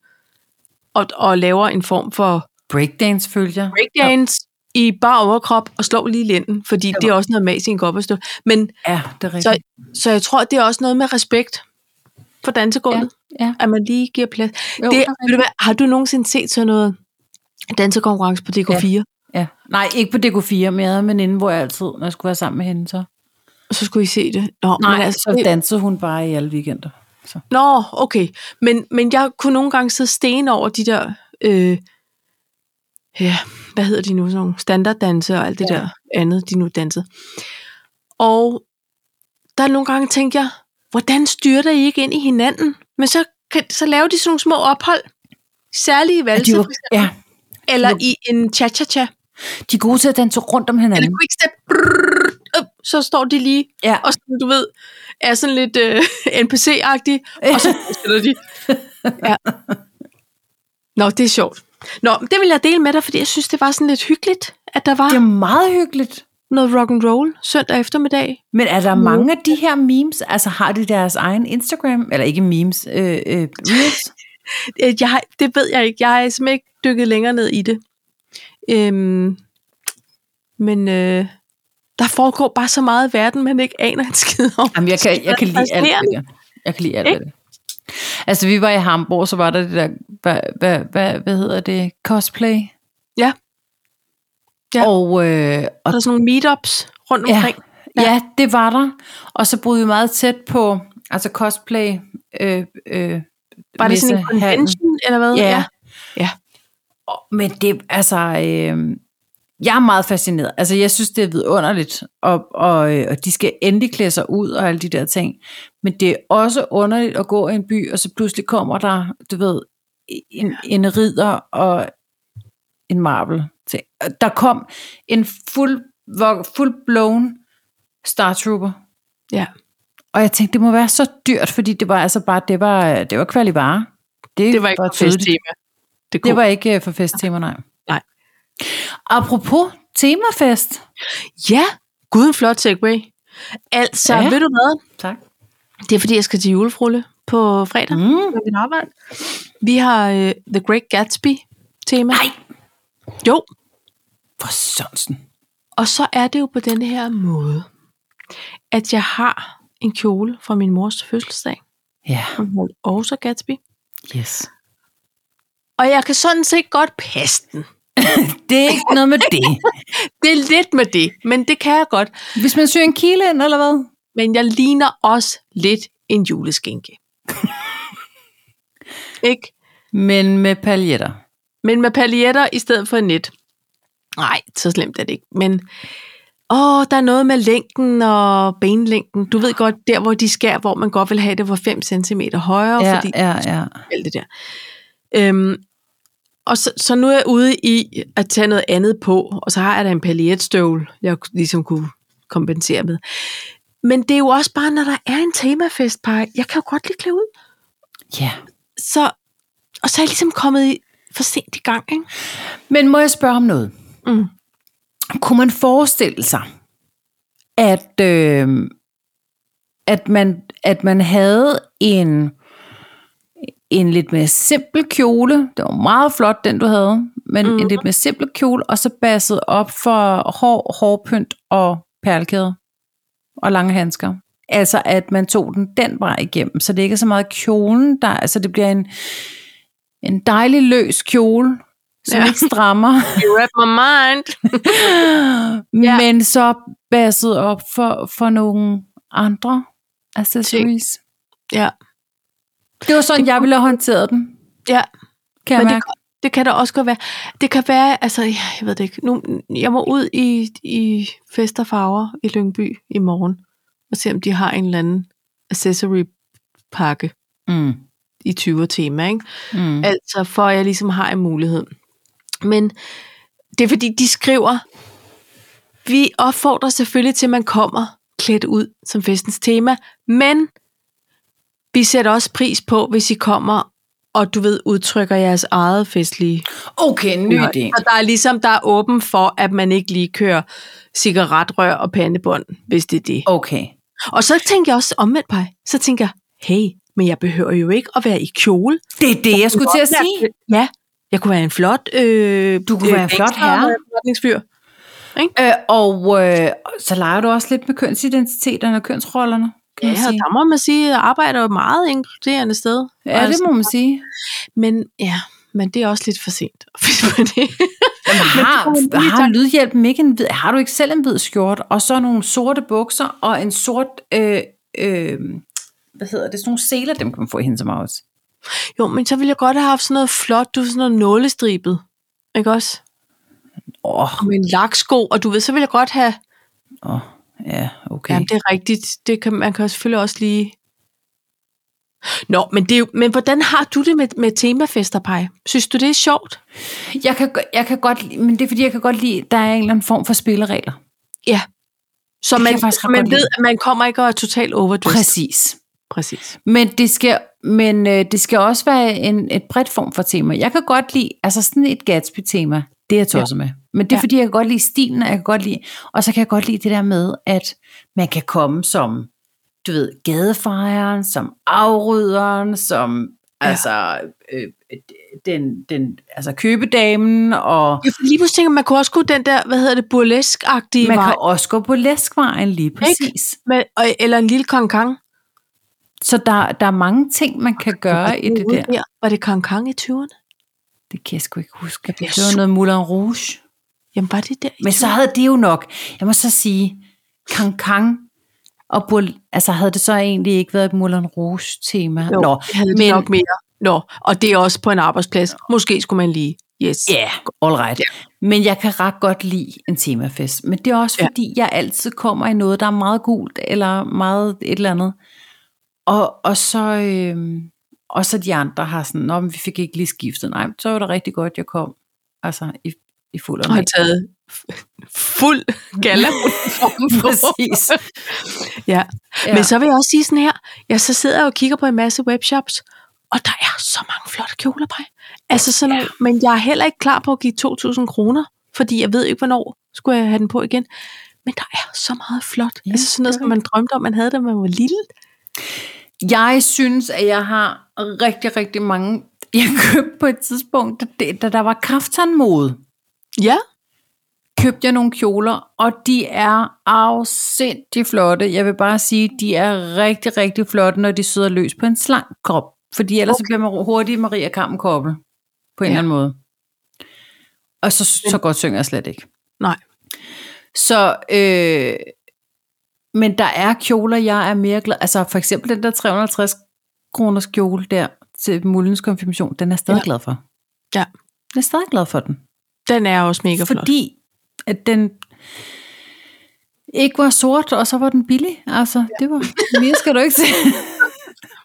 og, og laver en form for
Breakdance følger.
breakdance ja. i bare overkrop og slår lige lænden, fordi det er også noget mas i en gopperstøv. Men
Ja, det er rigtigt.
så, så jeg tror, det er også noget med respekt for dansegulvet,
Ja, ja.
at man lige giver plads.
Jo,
Jo, det,
det er
ved du hvad, har du nogensinde set sådan noget dansekonkurrence på DK4? Ja.
ja. Nej, ikke på DK4, men jeg havde en veninde, hvor jeg altid, når jeg skulle være sammen med hende, så,
Så skulle I se det. Nå,
Nej,
men
altså, så
det-
dansede hun bare i alle weekender. Så.
Nå, okay. Men, men jeg kunne nogle gange sidde sten over de der, øh, ja, hvad hedder de nu, sådan nogle standarddanse og alt det ja.
Ja.
der andet, de nu dansede. Og der nogle gange tænkte jeg, hvordan styrter I ikke ind i hinanden? Men så, kan, så laver de sådan nogle små ophold, særlige
Ja, de,
valse,
var, ja,
eller
jo.
i en cha-cha-cha,
de er gode til at danse rundt om
eller
hinanden.
quickstep, brrr, op, så står de lige,
Ja.
og sådan, du ved, er sådan lidt øh, (laughs) NPC-agtig, og så fortsætter de. Ja. Nå, det er sjovt. Nå, men det vil jeg dele med dig, fordi jeg synes, det var sådan lidt hyggeligt, at der
(laughs)
var
Det er meget hyggeligt.
noget rock and roll søndag eftermiddag.
Men er der mange af de her memes? Altså har de deres egen Instagram? Eller ikke memes, øh, øh, reels?
Øh, Jeg, har- det ved jeg ikke. Jeg er simpelthen ikke dykket længere ned i det. Øhm, men øh, der foregår bare så meget i verden, man ikke aner en skid om.
Jamen, jeg kan, jeg kan lide alt ved det. Jeg kan lide alt ved det. Altså, vi var i Hamburg, så var der det der, hvad, hvad, hvad, hvad hedder det, cosplay.
Ja. Ja.
Og, øh,
Og
og
der er sådan nogle meetups rundt omkring.
ja, ja, det var der. Og så boede vi meget tæt på, altså cosplay. Øh, øh,
Var det sådan en
messehandel.
convention, eller hvad?
Ja.
Ja.
Og- Men det, altså, øh, jeg er meget fascineret. Altså, jeg synes, det er vidunderligt, og, og, øh, og de skal endelig klæde sig ud og alle de der ting. Men det er også underligt at gå i en by, og så pludselig kommer der, du ved, en, en ridder og en marvel til. Der kom en fuld, hvor- full-blown Star Trooper.
ja.
Og jeg tænkte, det må være så dyrt, fordi det var altså bare, det var, det var kvalivare. Det,
Det var ikke et
tydeligt.
festtema. Det,
Det
var...
var ikke øh, for festtema, nej.
Nej.
Apropos temafest.
Ja, Gud, en flot segway. Altså,
Ja.
ja. ved du hvad?
Tak.
Det er, fordi jeg skal til julefrulle på fredag. Mm.
Mm.
Mit arbejde. Vi har uh, The Great Gatsby-tema.
Nej,
Jo,
for Sørensen.
og så er det jo på den her måde, at jeg har en kjole fra min mors fødselsdag.
Ja,
Hun hed også Gatsby.
yes.
Og jeg kan sådan set godt passe den.
Det er ikke noget med (laughs) det.
Det er lidt med det, men det kan jeg godt.
Hvis man søger en kile ind, eller hvad?
Men jeg ligner også lidt en juleskinke. Ikke?
Men med paljetter.
Men med paljetter i stedet for net. Nej, så slemt er det ikke. Men åh, der er noget med længden og benlængden. Du ved godt, der hvor de skærer, hvor man godt vil have det, var 5 cm højere, ja, fordi
ja, ja.
alt det der. Øhm, og så, så nu er jeg ude i at tage noget andet på, og så har jeg da en paljetstøvle, jeg ligesom kunne kompensere med. Men det er jo også bare, når der er en temafest, par, jeg kan jo godt lide klæde ud.
Ja.
Så, og så er jeg ligesom kommet i, for sent i gang, ikke?
Men må jeg spørge om noget?
Mm.
Kunne man forestille sig, at, øh, at, man, at man havde en, en lidt mere simpel kjole, det var meget flot, den du havde, men mm. en lidt mere simpel kjole, og så basset op for hår, hårpynt og perlekæder og lange handsker. Altså, at man tog den den vej igennem, så det ikke er så meget kjolen, der, altså det bliver en, en dejlig løs kjole, som ja.
Ja.
ikke strammer
You wrap my mind.
(laughs) ja.
Ja.
men så basset op for, for nogle andre accessories.
Ja,
Det var sådan, jeg ville have håndteret den,
ja.
kan jeg
Men det,
mærke.
kan- det kan der også godt være. Det kan være, altså, ja, jeg ved det ikke. Nu, jeg må ud i, i Fest og Farver i Lyngby i morgen, og se, om de har en eller anden accessory-pakke
Mm.
i 20 tema, ikke?
Mm.
Altså, for at jeg ligesom har en mulighed. Men det er fordi, de skriver, vi opfordrer selvfølgelig til, at man kommer klædt ud som festens tema, men vi sætter også pris på, hvis I kommer og du ved, udtrykker jeres eget festlige
Okay, ny idé.
og der er ligesom, der er åben for, at man ikke lige kører cigaretrør og pandebånd, hvis det er det.
Okay.
Og så tænker jeg også omvendt på, så tænker jeg, hey, men jeg behøver jo ikke at være i kjole.
Det er det, jeg skulle til at sige.
Ja, jeg kunne være en flot... Øh,
Du kunne være en flot herre.
herre.
Øh, og øh, så leger du også lidt med kønsidentiteterne og kønsrollerne, kan
Ja,
man
og
sige.
der må man sige, at jeg arbejder jo meget inkluderende sted.
Ja, det må man sige.
Men ja, men det er også lidt for sent. (laughs)
Jamen, har,
det var en ny
har lydhjælpen ikke en hvid, har du ikke selv en hvid skjort, og så nogle sorte bukser, og en sort, øh, øh, hvad hedder det, sådan nogle seler, dem kan man få i hendes og Maurits.
jo, men så ville jeg godt have haft sådan noget flot, du ved, sådan noget nålestribet. Ikke også?
Åh,
Og med en laksko, og du ved, så ville jeg godt have...
åh, ja, okay.
Jamen, det er rigtigt. Det kan, man kan jo selvfølgelig også lige... Nå, men, det er jo, men hvordan har du det med, med temafester, Paj? Synes du, det er sjovt?
Jeg kan, go- jeg kan godt lide, men det er fordi, jeg kan godt lide, at der er en eller anden form for spilleregler.
Ja. Så
Det kan
man,
jeg faktisk
så
ret
man
godt
ved,
lide.
at man kommer ikke og er totalt overdressed.
Præcis.
Præcis.
Men det skal, men øh, det skal også være en, et bredt form for tema. Jeg kan godt lide, altså sådan et Gatsby-tema, det er jeg tosset ja. med. Men det er ja.
Ja.
fordi, jeg kan godt lide stilen, og jeg kan godt lide, og så kan jeg godt lide det der med, at man kan komme som, du ved, gadefejeren, som afrydderen, som, ja.
Ja.
altså, øh, den, den, altså købedamen, og
Jeg lige pludselig tænker, man kunne også gå den der, hvad hedder det, burlesk-agtige
man
vej.
kan også gå på læskvejen lige præcis.
Med, og, eller en lille konkang.
Så der, der er mange ting, man kan gøre i det der.
Var det konkang i 20'erne?
Det kan jeg sgu ikke huske.
bliver
Det var
sur.
noget Moulin Rouge.
Jamen, var det der? i
Men så
20'erne?
havde det jo nok, jeg må så sige, Kang Kang og Bull, altså havde det så egentlig ikke været et Moulin Rouge tema?
Jo,
Nå,
det havde de
men
nok mere. Nå, og det er også på en arbejdsplads. Måske skulle man lige, yes.
ja, yeah, all right. Yeah. Men jeg kan ret godt lide en temafest. Men det er også
Ja.
fordi, jeg altid kommer i noget, der er meget gult eller meget et eller andet. Og, og så... Øh, og så de andre har sådan, Nå, men vi fik ikke lige skiftet. Nej, men så var det rigtig godt, jeg kom. Altså, i, i fuld
og har (laughs)
og
taget f- fuld gala. (laughs)
Præcis.
ja.
(laughs) Ja.
Men så vil jeg også sige sådan her, jeg så sidder jeg og kigger på en masse webshops, og der er så mange flotte kjoler på. Altså sådan, ja. men jeg er heller ikke klar på at give 2.000 kroner, fordi jeg ved ikke, hvornår skulle jeg have den på igen. Men der er så meget flot.
Ja,
Ja, altså sådan noget,
det er
som man drømte om, man havde, da man var lille.
Jeg synes, at jeg har rigtig, rigtig mange... Jeg købte på et tidspunkt, da, det- da der var krafttandmode,
Ja.
købte jeg nogle kjoler, og de er afsindig flotte. Jeg vil bare sige, de er rigtig, rigtig flotte, når de sidder løs på en slank krop. Fordi ellers okay. så bliver man hurtigt Maria Kampen koppel på en ja. eller
Ja.
anden måde. Og så, så godt synger jeg slet ikke.
Nej.
Så, øh, men der er kjoler, jeg er mere glad. Altså for eksempel den der 350 kroners kjole der til Mullens konfirmation, den er jeg stadig ja.
Ja.
glad for.
Ja.
Jeg er stadig glad for den.
Den er også mega flot.
fordi at den ikke var sort, og så var den billig. Altså, ja. det var mere skal du ikke (laughs) se.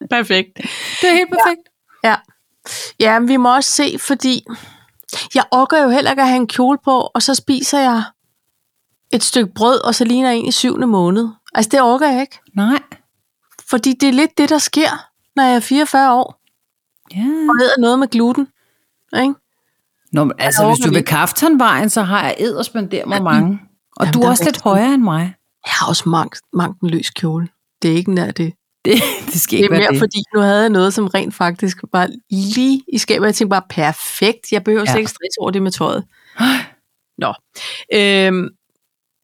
Perfekt.
Det er helt perfekt.
Ja, men vi må også se, fordi jeg orker jo heller ikke at have en kjole på, og så spiser jeg et stykke brød, og så ligner jeg en i syvende måned. Altså, det orker jeg ikke.
Ja. Nej.
Fordi det er lidt det, der sker, når jeg er 44 år
Ja.
og æder noget med gluten. Ikke?
Nå, men, altså, hvis du
overhovedet
vil
ikke.
kaftanvejen, så har jeg edderspenderet mig mange. Og
Jamen,
du
der
er
er
også lidt
rigtig-
højere end mig.
Jeg har også mangt, mangt en løs kjole. Det er ikke nær det.
Det, det skal
Det
ikke
er
være
mere,
det.
fordi nu havde jeg noget, som rent faktisk var lige i skabet. Jeg tænkte bare, perfekt. Jeg behøver
Ja.
ja. slet ikke stress over det med tøjet. Nå. Øhm,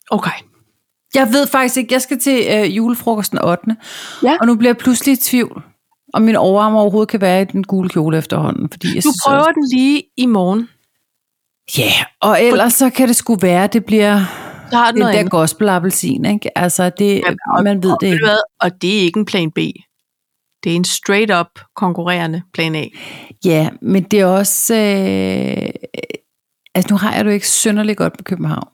okay.
Jeg ved faktisk ikke, jeg skal til øh, julefrokosten 8.
Ja.
Og nu bliver jeg pludselig i tvivl, om min overarm overhovedet kan være i den gule kjole efterhånden. Fordi jeg
Du
synes
prøver
også-
den lige i morgen.
Ja, yeah. og ellers så kan det sgu være, det bliver
Så har du
den
noget
der
andet.
gospelappelsin, ikke? Altså, det,
og-
man ved
og
det
ved du
ikke.
hvad? Og det er ikke en plan B. Det er en straight-up konkurrerende plan A.
Ja, men det er også... Øh, altså, nu har jeg det jo ikke synderligt godt med København.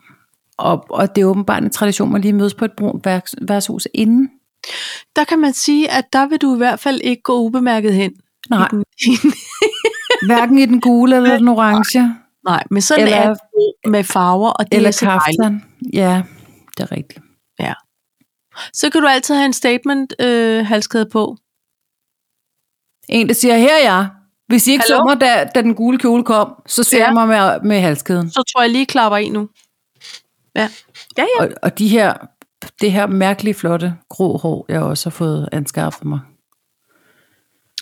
Og, og det er åbenbart en tradition, man lige mødes på et brunt værks- værtshus inden.
Der kan man sige, at der vil du i hvert fald ikke gå ubemærket hen.
Nej,
I den-
hverken i den gule
(laughs)
eller den orange.
Nej, men sådan
Eller-
eller, er det jo med farver, og det
Eller
er så dejligt.
kaftan. Ja, det er rigtigt.
Så kan du altid have en statement øh, halskæde på.
En, der siger, her er jeg. Hvis I ikke
Hallo?
så mig, da, da den gule kjole kom, så ser
Ja.
jeg mig med, med halskæden.
Så tror jeg lige, jeg klapper i nu. Ja. Ja, ja.
Og, og de her, det her mærkelige flotte grå hår, jeg også har fået anskaffet mig.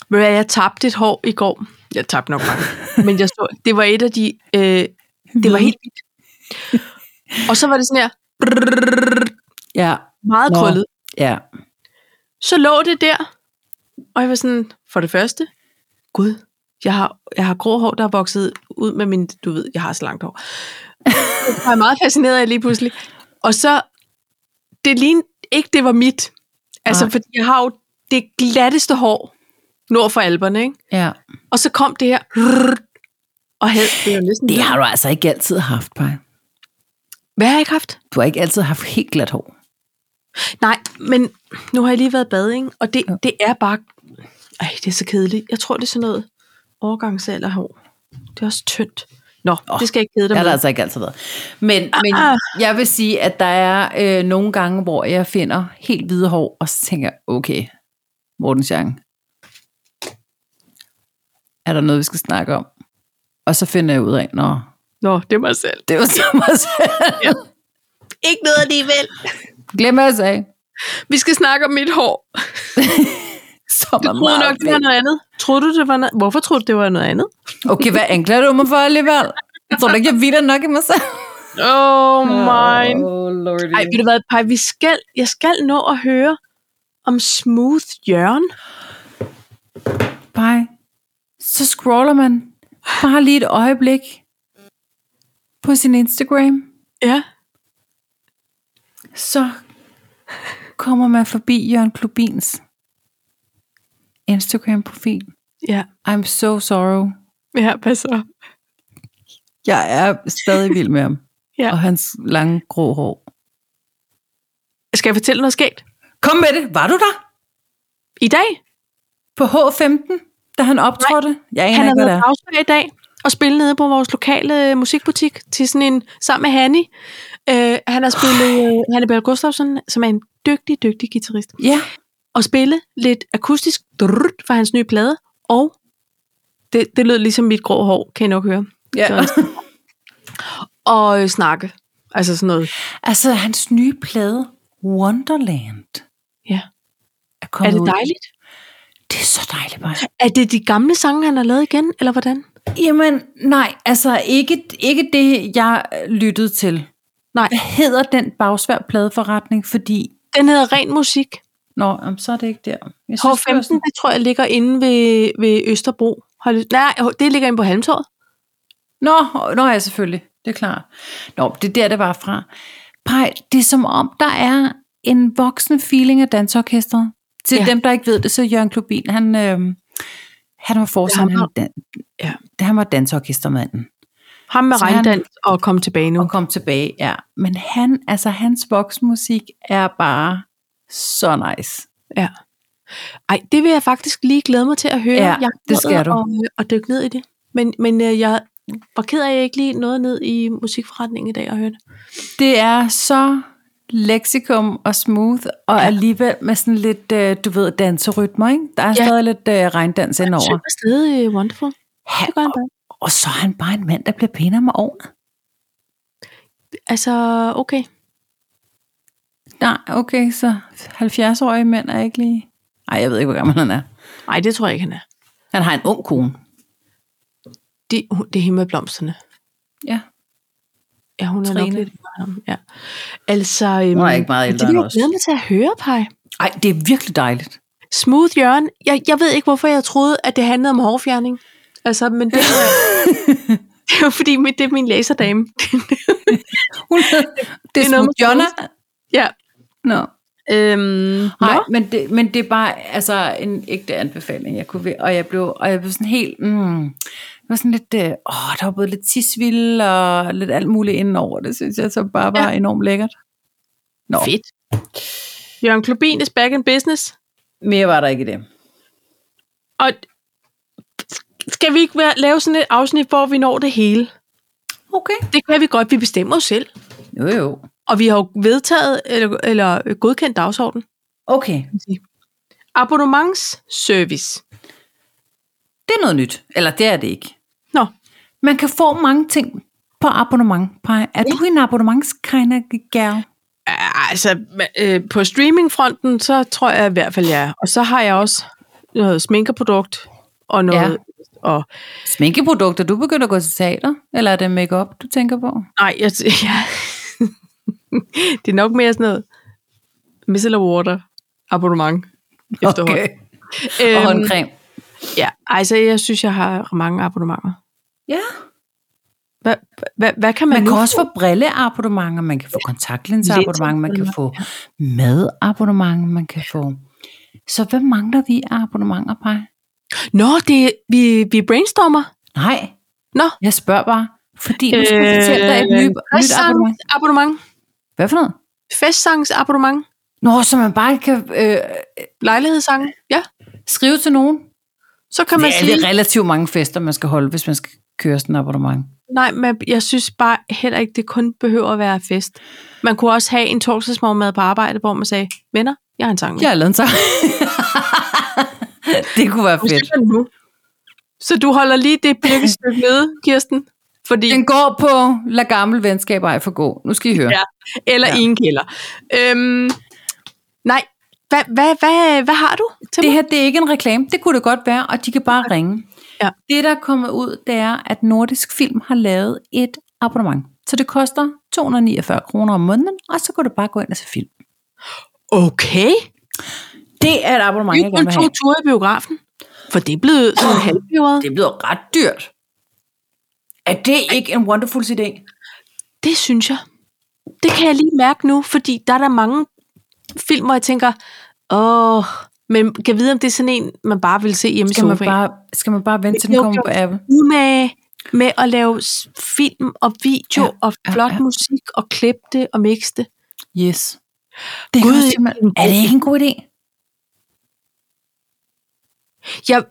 Men jeg tabte et hår i går. Jeg tabte nok
(laughs)
mange. Men jeg så, det var et af de... Øh, det var helt vildt. Og så var det sådan her,
Ja,
meget
Nå.
krøllet.
ja.
Så lå det der, og jeg var sådan, for det første, gud, jeg har, jeg har grå hår, der er vokset ud med min, du ved, jeg har så langt (laughs) hår. Det var jeg meget fascineret af lige pludselig. Og så, det lignede ikke, det var mit. Altså,
Nej.
fordi jeg har jo det glatteste hår nord for alberne, ikke?
ja.
Og så kom det her, og havde, det er jo næsten
Det har du altså ikke altid haft, Paj.
Hvad har jeg ikke haft?
Du har ikke altid haft helt glat hår.
Nej, men nu har jeg lige været i bad, ikke? og det, det er bare... Ej, det er så kedeligt. Jeg tror, det er sådan noget overgangsalder hår. Det er også tyndt. Nå,
Åh,
oh, det skal jeg ikke kede
Det
dig
har der
med.
altså ikke altid været. Men, men
Ah.
jeg vil sige, at der er øh, nogle gange, hvor jeg finder helt hvide hår, og så tænker jeg, okay, Morten Chang, er der noget, vi skal snakke om? Og så finder jeg ud af, når
Nå, det er mig selv.
det var så meget selv.
Ikke noget alligevel.
Glem, hvad jeg sagde.
Vi skal snakke om mit (laughs) hår.
Så
Du troede nok, det var noget andet. Troede du, det var noget... Hvorfor troede du, det var noget andet?
Okay, hvad anklager du mig for alligevel? Jeg tror du ikke, jeg vilder nok i mig selv.
Oh, mine.
Oh, lordy.
Ej, ved du hvad, Paj, vi skal, jeg skal nå at høre om Smooth Jørgen.
Bye. Så scroller man bare lige et øjeblik på sin Instagram.
Ja.
Så kommer man forbi Jørgen Klubins Instagram-profil.
Ja,
I'm so sorrow.
ja, hvad så?
Jeg er stadig vild med ham.
(laughs) Ja.
Og hans lange, grå hår.
Skal jeg fortælle noget sket?
Kom med det. Var du der?
I dag?
På H15, da han optrådte? Jeg aner
Han
ikke,
har
hvad det
været
er.
dagsfag i dag og spille nede på vores lokale øh, musikbutik til sådan en, sammen med Hanni. Øh, han har spillet øh, Hannibal Gustafsson, som er en dygtig, dygtig guitarist.
Ja.
Og spille lidt akustisk drrrt, for hans nye plade. Og det, det lød ligesom mit grå hår, kan I nok høre.
ja.
Så- Og øh, snakke. Altså sådan noget.
(laughs) Altså, hans nye plade, Wonderland, er
Ja. Er
kommet
det
ud.
dejligt?
Det er så dejligt, bare.
Er det de gamle sange, han har lavet igen, eller hvordan?
Jamen, nej, altså ikke, ikke det, jeg øh, lyttede til.
Nej,
Hvad hedder den bagsvær pladeforretning? Fordi,
den hedder Ren Musik.
nå, jamen, så er det ikke der. Jeg synes, det var
H15,
sådan-
det tror jeg ligger inde ved, ved Østerbro. Har du- Nej, det ligger inde på Halmtorvet.
Nå, nå ja, selvfølgelig. Det er klart. Nå, det er der, det var fra. Pej, det er som om, der er en voksen feeling af dansorkestret. Til
Ja.
ja. dem, der ikke ved det, så er Jørgen Klubin, han, øh, han var forsanger. Han,
Ja, han var-
dan,
Ja.
Han var dansorkestermanden.
Ham med
Så han-
regndans og kom tilbage nu.
og kom tilbage, ja. Men han, altså hans voksmusik er bare så nice.
Ja. Ej, det vil jeg faktisk lige glæde mig til at høre.
Ja,
jeg
det skal du.
Og, og dykke ned i det. Men, men øh, jeg var ked af, at jeg ikke lige nåede ned i musikforretningen i dag og hørte.
Det er så leksikum og smooth, og ja. alligevel med sådan lidt, øh, du ved, danserytmer, ikke? Der er ja. stadig lidt øh, regndans indover.
Super sted, øh, wonderful.
Ja,
Det gør han
og,
bare.
og så er han bare en mand, der bliver pænere med årene.
Altså, okay.
Nej, okay, så 70-årige mænd er ikke lige... Ej, jeg ved ikke, hvor gammel han er.
Nej, det tror jeg ikke, han er.
Han har en ung kone.
Det, hun- det er hende med blomsterne.
Ja.
Ja, hun er nok
Trine.
lidt yngre end ham. Ja. Altså, øhm,
Hun er ikke meget ældre
det vil
end
jeg
os.
glæde mig til at høre, Paj.
Ej, det er virkelig dejligt.
Smooth Jørgen. Jeg, jeg ved ikke, hvorfor jeg troede, at det handlede om hårfjerning. Altså, men det er, det er jo fordi, mit, det er min laserdame. (laughs)
Hun, det er,
noget
smooth
med
Jonna.
ja.
Nå.
Øhm,
Nej,
nå.
men det, men det er bare altså, en ægte anbefaling, jeg kunne ved, og jeg blev, og jeg blev sådan helt, mm, jeg var sådan lidt, øh, åh, der var både lidt tisvild og lidt alt muligt indenover, det synes jeg så bare var ja. enormt lækkert. Nå,
Fedt. Jørgen Klubin is back in business.
mere var der ikke i det.
Og skal vi ikke være, lave sådan et afsnit, hvor vi når det hele?
Okay.
Det kan vi godt. Vi bestemmer os selv.
Jo, jo.
Og vi har jo vedtaget eller, eller godkendt dagsordenen.
Okay,
Abonnementsservice.
det er noget nyt, eller det er det ikke.
Nå,
Man kan få mange ting på abonnement, Paj. Er du en abonnementskind of girl?
Ah, Altså, øh, på streamingfronten, så tror jeg i hvert fald, jeg er. Og så har jeg også noget sminkerprodukt og noget... Ja. Og,
Sminkeprodukter, du begynder at gå til teater, eller er det makeup, du tænker på?
nej, jeg, (laughs) ja. det er nok mere sådan noget missile water abonnement. efterhånden. Øhm,
Og håndcreme.
ja, altså, jeg synes, jeg har mange abonnementer.
Ja.
Hvad, hvad, hvad kan man,
Man
nu
kan
få?
også få brilleabonnementer, man kan få kontaktlinseabonnement, man kan få madabonnement, man kan få... Så hvad mangler vi af abonnementer, Paj?
Nå, det, vi, vi brainstormer.
Nej,
Nå.
jeg spørger bare, fordi nu
Øh,
skal jeg fortælle dig et nyt, nyt Øh, abonnement.
Festsangs abonnement.
Hvad for noget?
Festsangs abonnement.
Nå, så man bare kan øh,
Lejlighedssange. Ja,
skrive til nogen.
så kan
Det
man
er,
sige...
det er relativt mange fester, man skal holde, hvis man skal køre sådan et abonnement.
Nej, men jeg synes bare heller ikke, det kun behøver at være fest. Man kunne også have en torsdagsmorgenmad på arbejde, hvor man sagde, venner, jeg har en sang med.
Jeg har lavet en sang. (laughs) det kunne være
Hvis det
fedt.
var nu. Så du holder lige det
(laughs)
birkestykke nede, Kirsten? Fordi,
Den går på La Gammel Venskab ej for god. Nu skal I høre.
ja, eller
Ja.
ja. i en kælder. Øhm, nej, hvad, hvad, hvad, hvad har du til
Det
mig?
her, det er ikke en reklame. Det kunne det godt være, og de kan bare ringe.
Ja.
Det, der er kommet ud, det er, at Nordisk Film har lavet et abonnement. Så det koster 249 kroner om måneden, og så kan du bare gå ind og se film.
Okay.
Det er et abonnement,
Vi
jeg
kun
gerne vil
to
have.
ture i biografen. For det er blevet sådan halvbjøret.
Det er blevet ret dyrt. Er det ikke en wonderful idé?
Det synes jeg. Det kan jeg lige mærke nu, fordi der er der mange film, hvor jeg tænker, åh, men kan vide, om det er sådan en, man bare vil se hjemme i
Skal man,
sofaen. Bare...
bare, skal man bare vente til den
Jo,
kommer
jo.
på Apple?
Umage med at lave s- film og video ja,
Ja,
og
ja,
flot
ja.
ja, ja. musik og klippe det og mixe det.
Yes. Det
Gud,
Gud, simpelthen, er det ikke en god idé?
Jeg,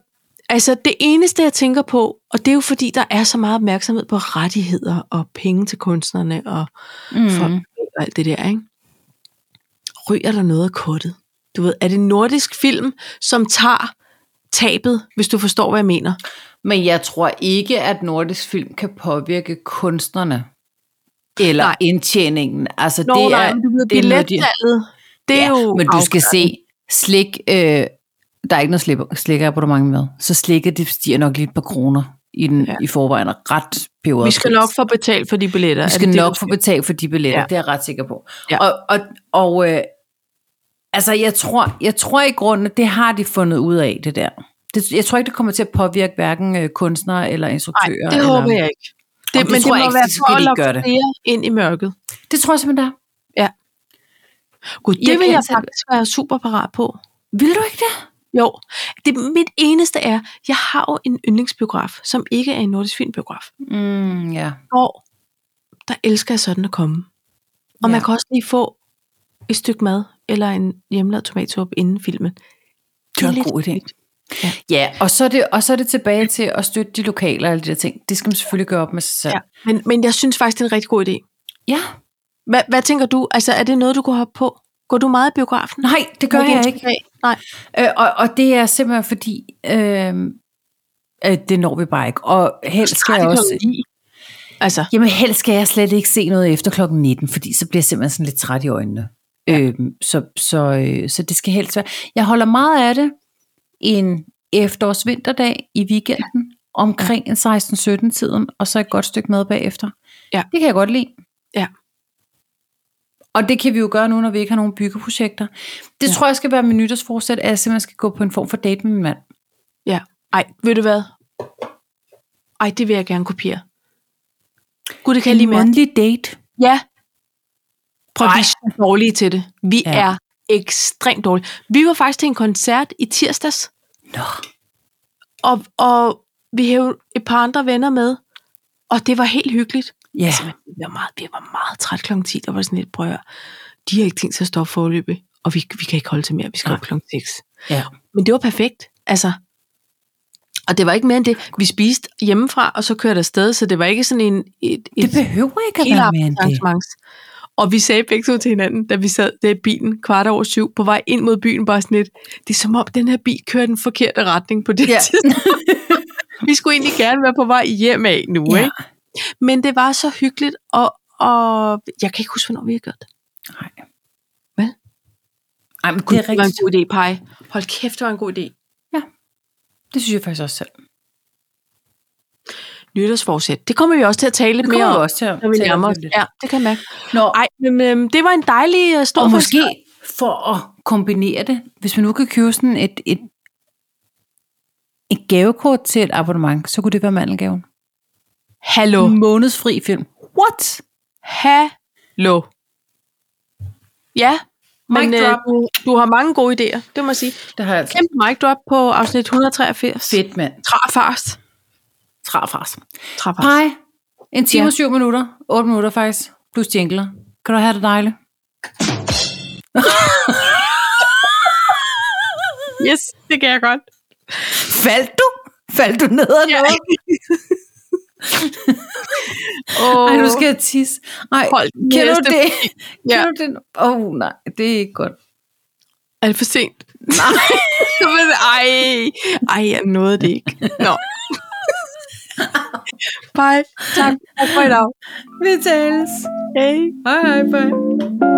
altså det eneste, jeg tænker på, og det er jo fordi, der er så meget opmærksomhed på rettigheder og penge til kunstnerne og
Mm.
for og alt det der, ikke? Ryger der noget af kortet? Du ved, er det nordisk film, som tager tabet, hvis du forstår, hvad jeg mener?
Men jeg tror ikke, at nordisk film kan påvirke kunstnerne. eller nej.
Nej.
indtjeningen. Altså,
Nå,
det
nej,
er,
men du ved,
det er noget, de-
billettallet, det er jo...
men du skal
afgørende.
se, slik, øh, der er ikke noget slip, slikkerabonnement med, så slikket det stiger nok lige et par kroner i den ja.
Ja.
i forvejen og ret periode.
Vi skal nok få betalt for de billetter.
vi
Er
skal
det det,
nok
du
få betalt for de billetter, ja.
Ja.
det er jeg ret sikker på.
Ja.
Og, og, og øh, altså, jeg tror, jeg tror i grunden, at det har de fundet ud af, det der. Det, jeg tror ikke, det kommer til at påvirke hverken øh, kunstnere eller
Nej,
instruktører.
det
eller,
håber jeg ikke.
Om det tror jeg ikke, så skal de ikke gøre det.
flere ind i mørket.
Det tror jeg simpelthen, der. er.
Gud, det
Jeg
jeg vil
kan
jeg
selv-
faktisk være super parat på.
Vil du ikke det?
Jo, det mit eneste er, jeg har jo en yndlingsbiograf, som ikke er en nordisk filmbiograf.
Mm, ja.
Hvor der elsker jeg sådan at komme. Og ja.
Ja.
man kan også lige få et stykke mad eller en hjemmelavet tomatsuppe inden filmen.
Det er en god idé. Ja, og så, er det, og så er det tilbage til at støtte de lokale og alle de der ting. Det skal man selvfølgelig gøre op med sig selv.
Ja. Men, men jeg synes faktisk, det er en rigtig god idé.
ja.
Hvad, hvad tænker du? Altså, er det noget, du går hoppe på? Går du meget i biografen?
Nej, det gør jeg ikke.
Nej.
Øh, og, og det er simpelthen fordi, øh, at det når vi bare ikke. Og helst skal
Nej,
jeg
det kan
også...
du ikke. Altså,
Jamen helst skal jeg slet ikke se noget efter klokken 19, fordi så bliver jeg simpelthen sådan lidt træt i øjnene. Ja. Øhm, så, så, øh, så det skal helst være. Jeg holder meget af det en efterårsvinterdag i weekenden, omkring en 16-17 tiden, og så et godt stykke mad bagefter.
Ja.
Det kan jeg godt lide.
Ja.
Og det kan vi jo gøre nu, når vi ikke har nogen byggeprojekter. Det ja.
Ja.
tror jeg skal være min nytårsforsæt, at jeg simpelthen skal gå på en form for date med min mand.
ja. Ej, ved du hvad? Ej, det vil jeg gerne kopiere. Gud, det kan jeg lige
En
med.
månedlig date.
Ja. Prøv at
Ej.
vi er så dårlige til det. Vi
Ja.
ja. er ekstremt dårlige. Vi var faktisk til en koncert i tirsdags,
Nå.
og, og vi havde et par andre venner med, og det var helt hyggeligt.
Ja.
Altså, men vi var meget, vi var meget træt kl. 10, der var sådan lidt prøv at høre, De har ikke tænkt sig at stoppe forløbet, og vi, vi kan ikke holde til mere, vi skal
Nej.
op kl. 6.
ja.
Men det var perfekt, altså. Og det var ikke mere end det. Vi spiste hjemmefra, og så kørte afsted, så det var ikke sådan en, et,
Det
et
behøver ikke at
hele
være mere end det.
arrangement. Og vi sagde begge to til hinanden, da vi sad der i bilen kvart over syv, på vej ind mod byen, bare sådan lidt, det er som om den her bil kører den forkerte retning på (laughs) det
Ja.
ja. tidspunkt. vi skulle egentlig gerne være på vej hjem af nu, ja. ikke? Men det var så hyggeligt, og, og jeg kan ikke huske, hvornår vi har gjort det.
Nej.
Vel?
Ej, men Gud, det, er
var en
rigtigt.
god idé, Paj. Hold kæft, det var en god idé.
det synes jeg faktisk også selv.
Nytårsforsæt. Det kommer vi også til at tale lidt
Det kommer
mere
du
om.
også til at
Når vi
tale om
nærmer os.
lige om lidt.
Ja, det kan jeg mærke.
Nå,
Ej, men øhm, det var en dejlig øh, stor
og
forskel.
måske for at kombinere det, hvis man nu kan købe sådan et, et, et gavekort til et abonnement, så kunne det være mandelgaven.
Hallo.
En månedsfri film. What?
Hallo. Ja, men
Mic
øh,
drop.
du, du har mange gode idéer, det må jeg sige.
Det har jeg altså.
Kæmpe mic drop på afsnit 183.
Fedt, mand.
Trafars.
Trafras.
Trafars.
Hej. En time
Ja.
og syv minutter. Otte minutter faktisk. Plus jingler. Kan du have det dejligt?
Yes, det kan jeg godt.
Faldt du? Faldt du ned og
Ja.
noget? (laughs)
Oh.
Ej, nu skal jeg tisse. Ej,
Hold den
kender du
næste
det?
(laughs) Ja.
Kender du det? Åh, oh, nej, det er ikke godt.
Er det for sent? Nej. (laughs) men, ej, ej, jeg nåede det ikke. Nå. Bye. Tak. Tak for i dag.
Vi tales.
Hej.
Hej, hej, bye.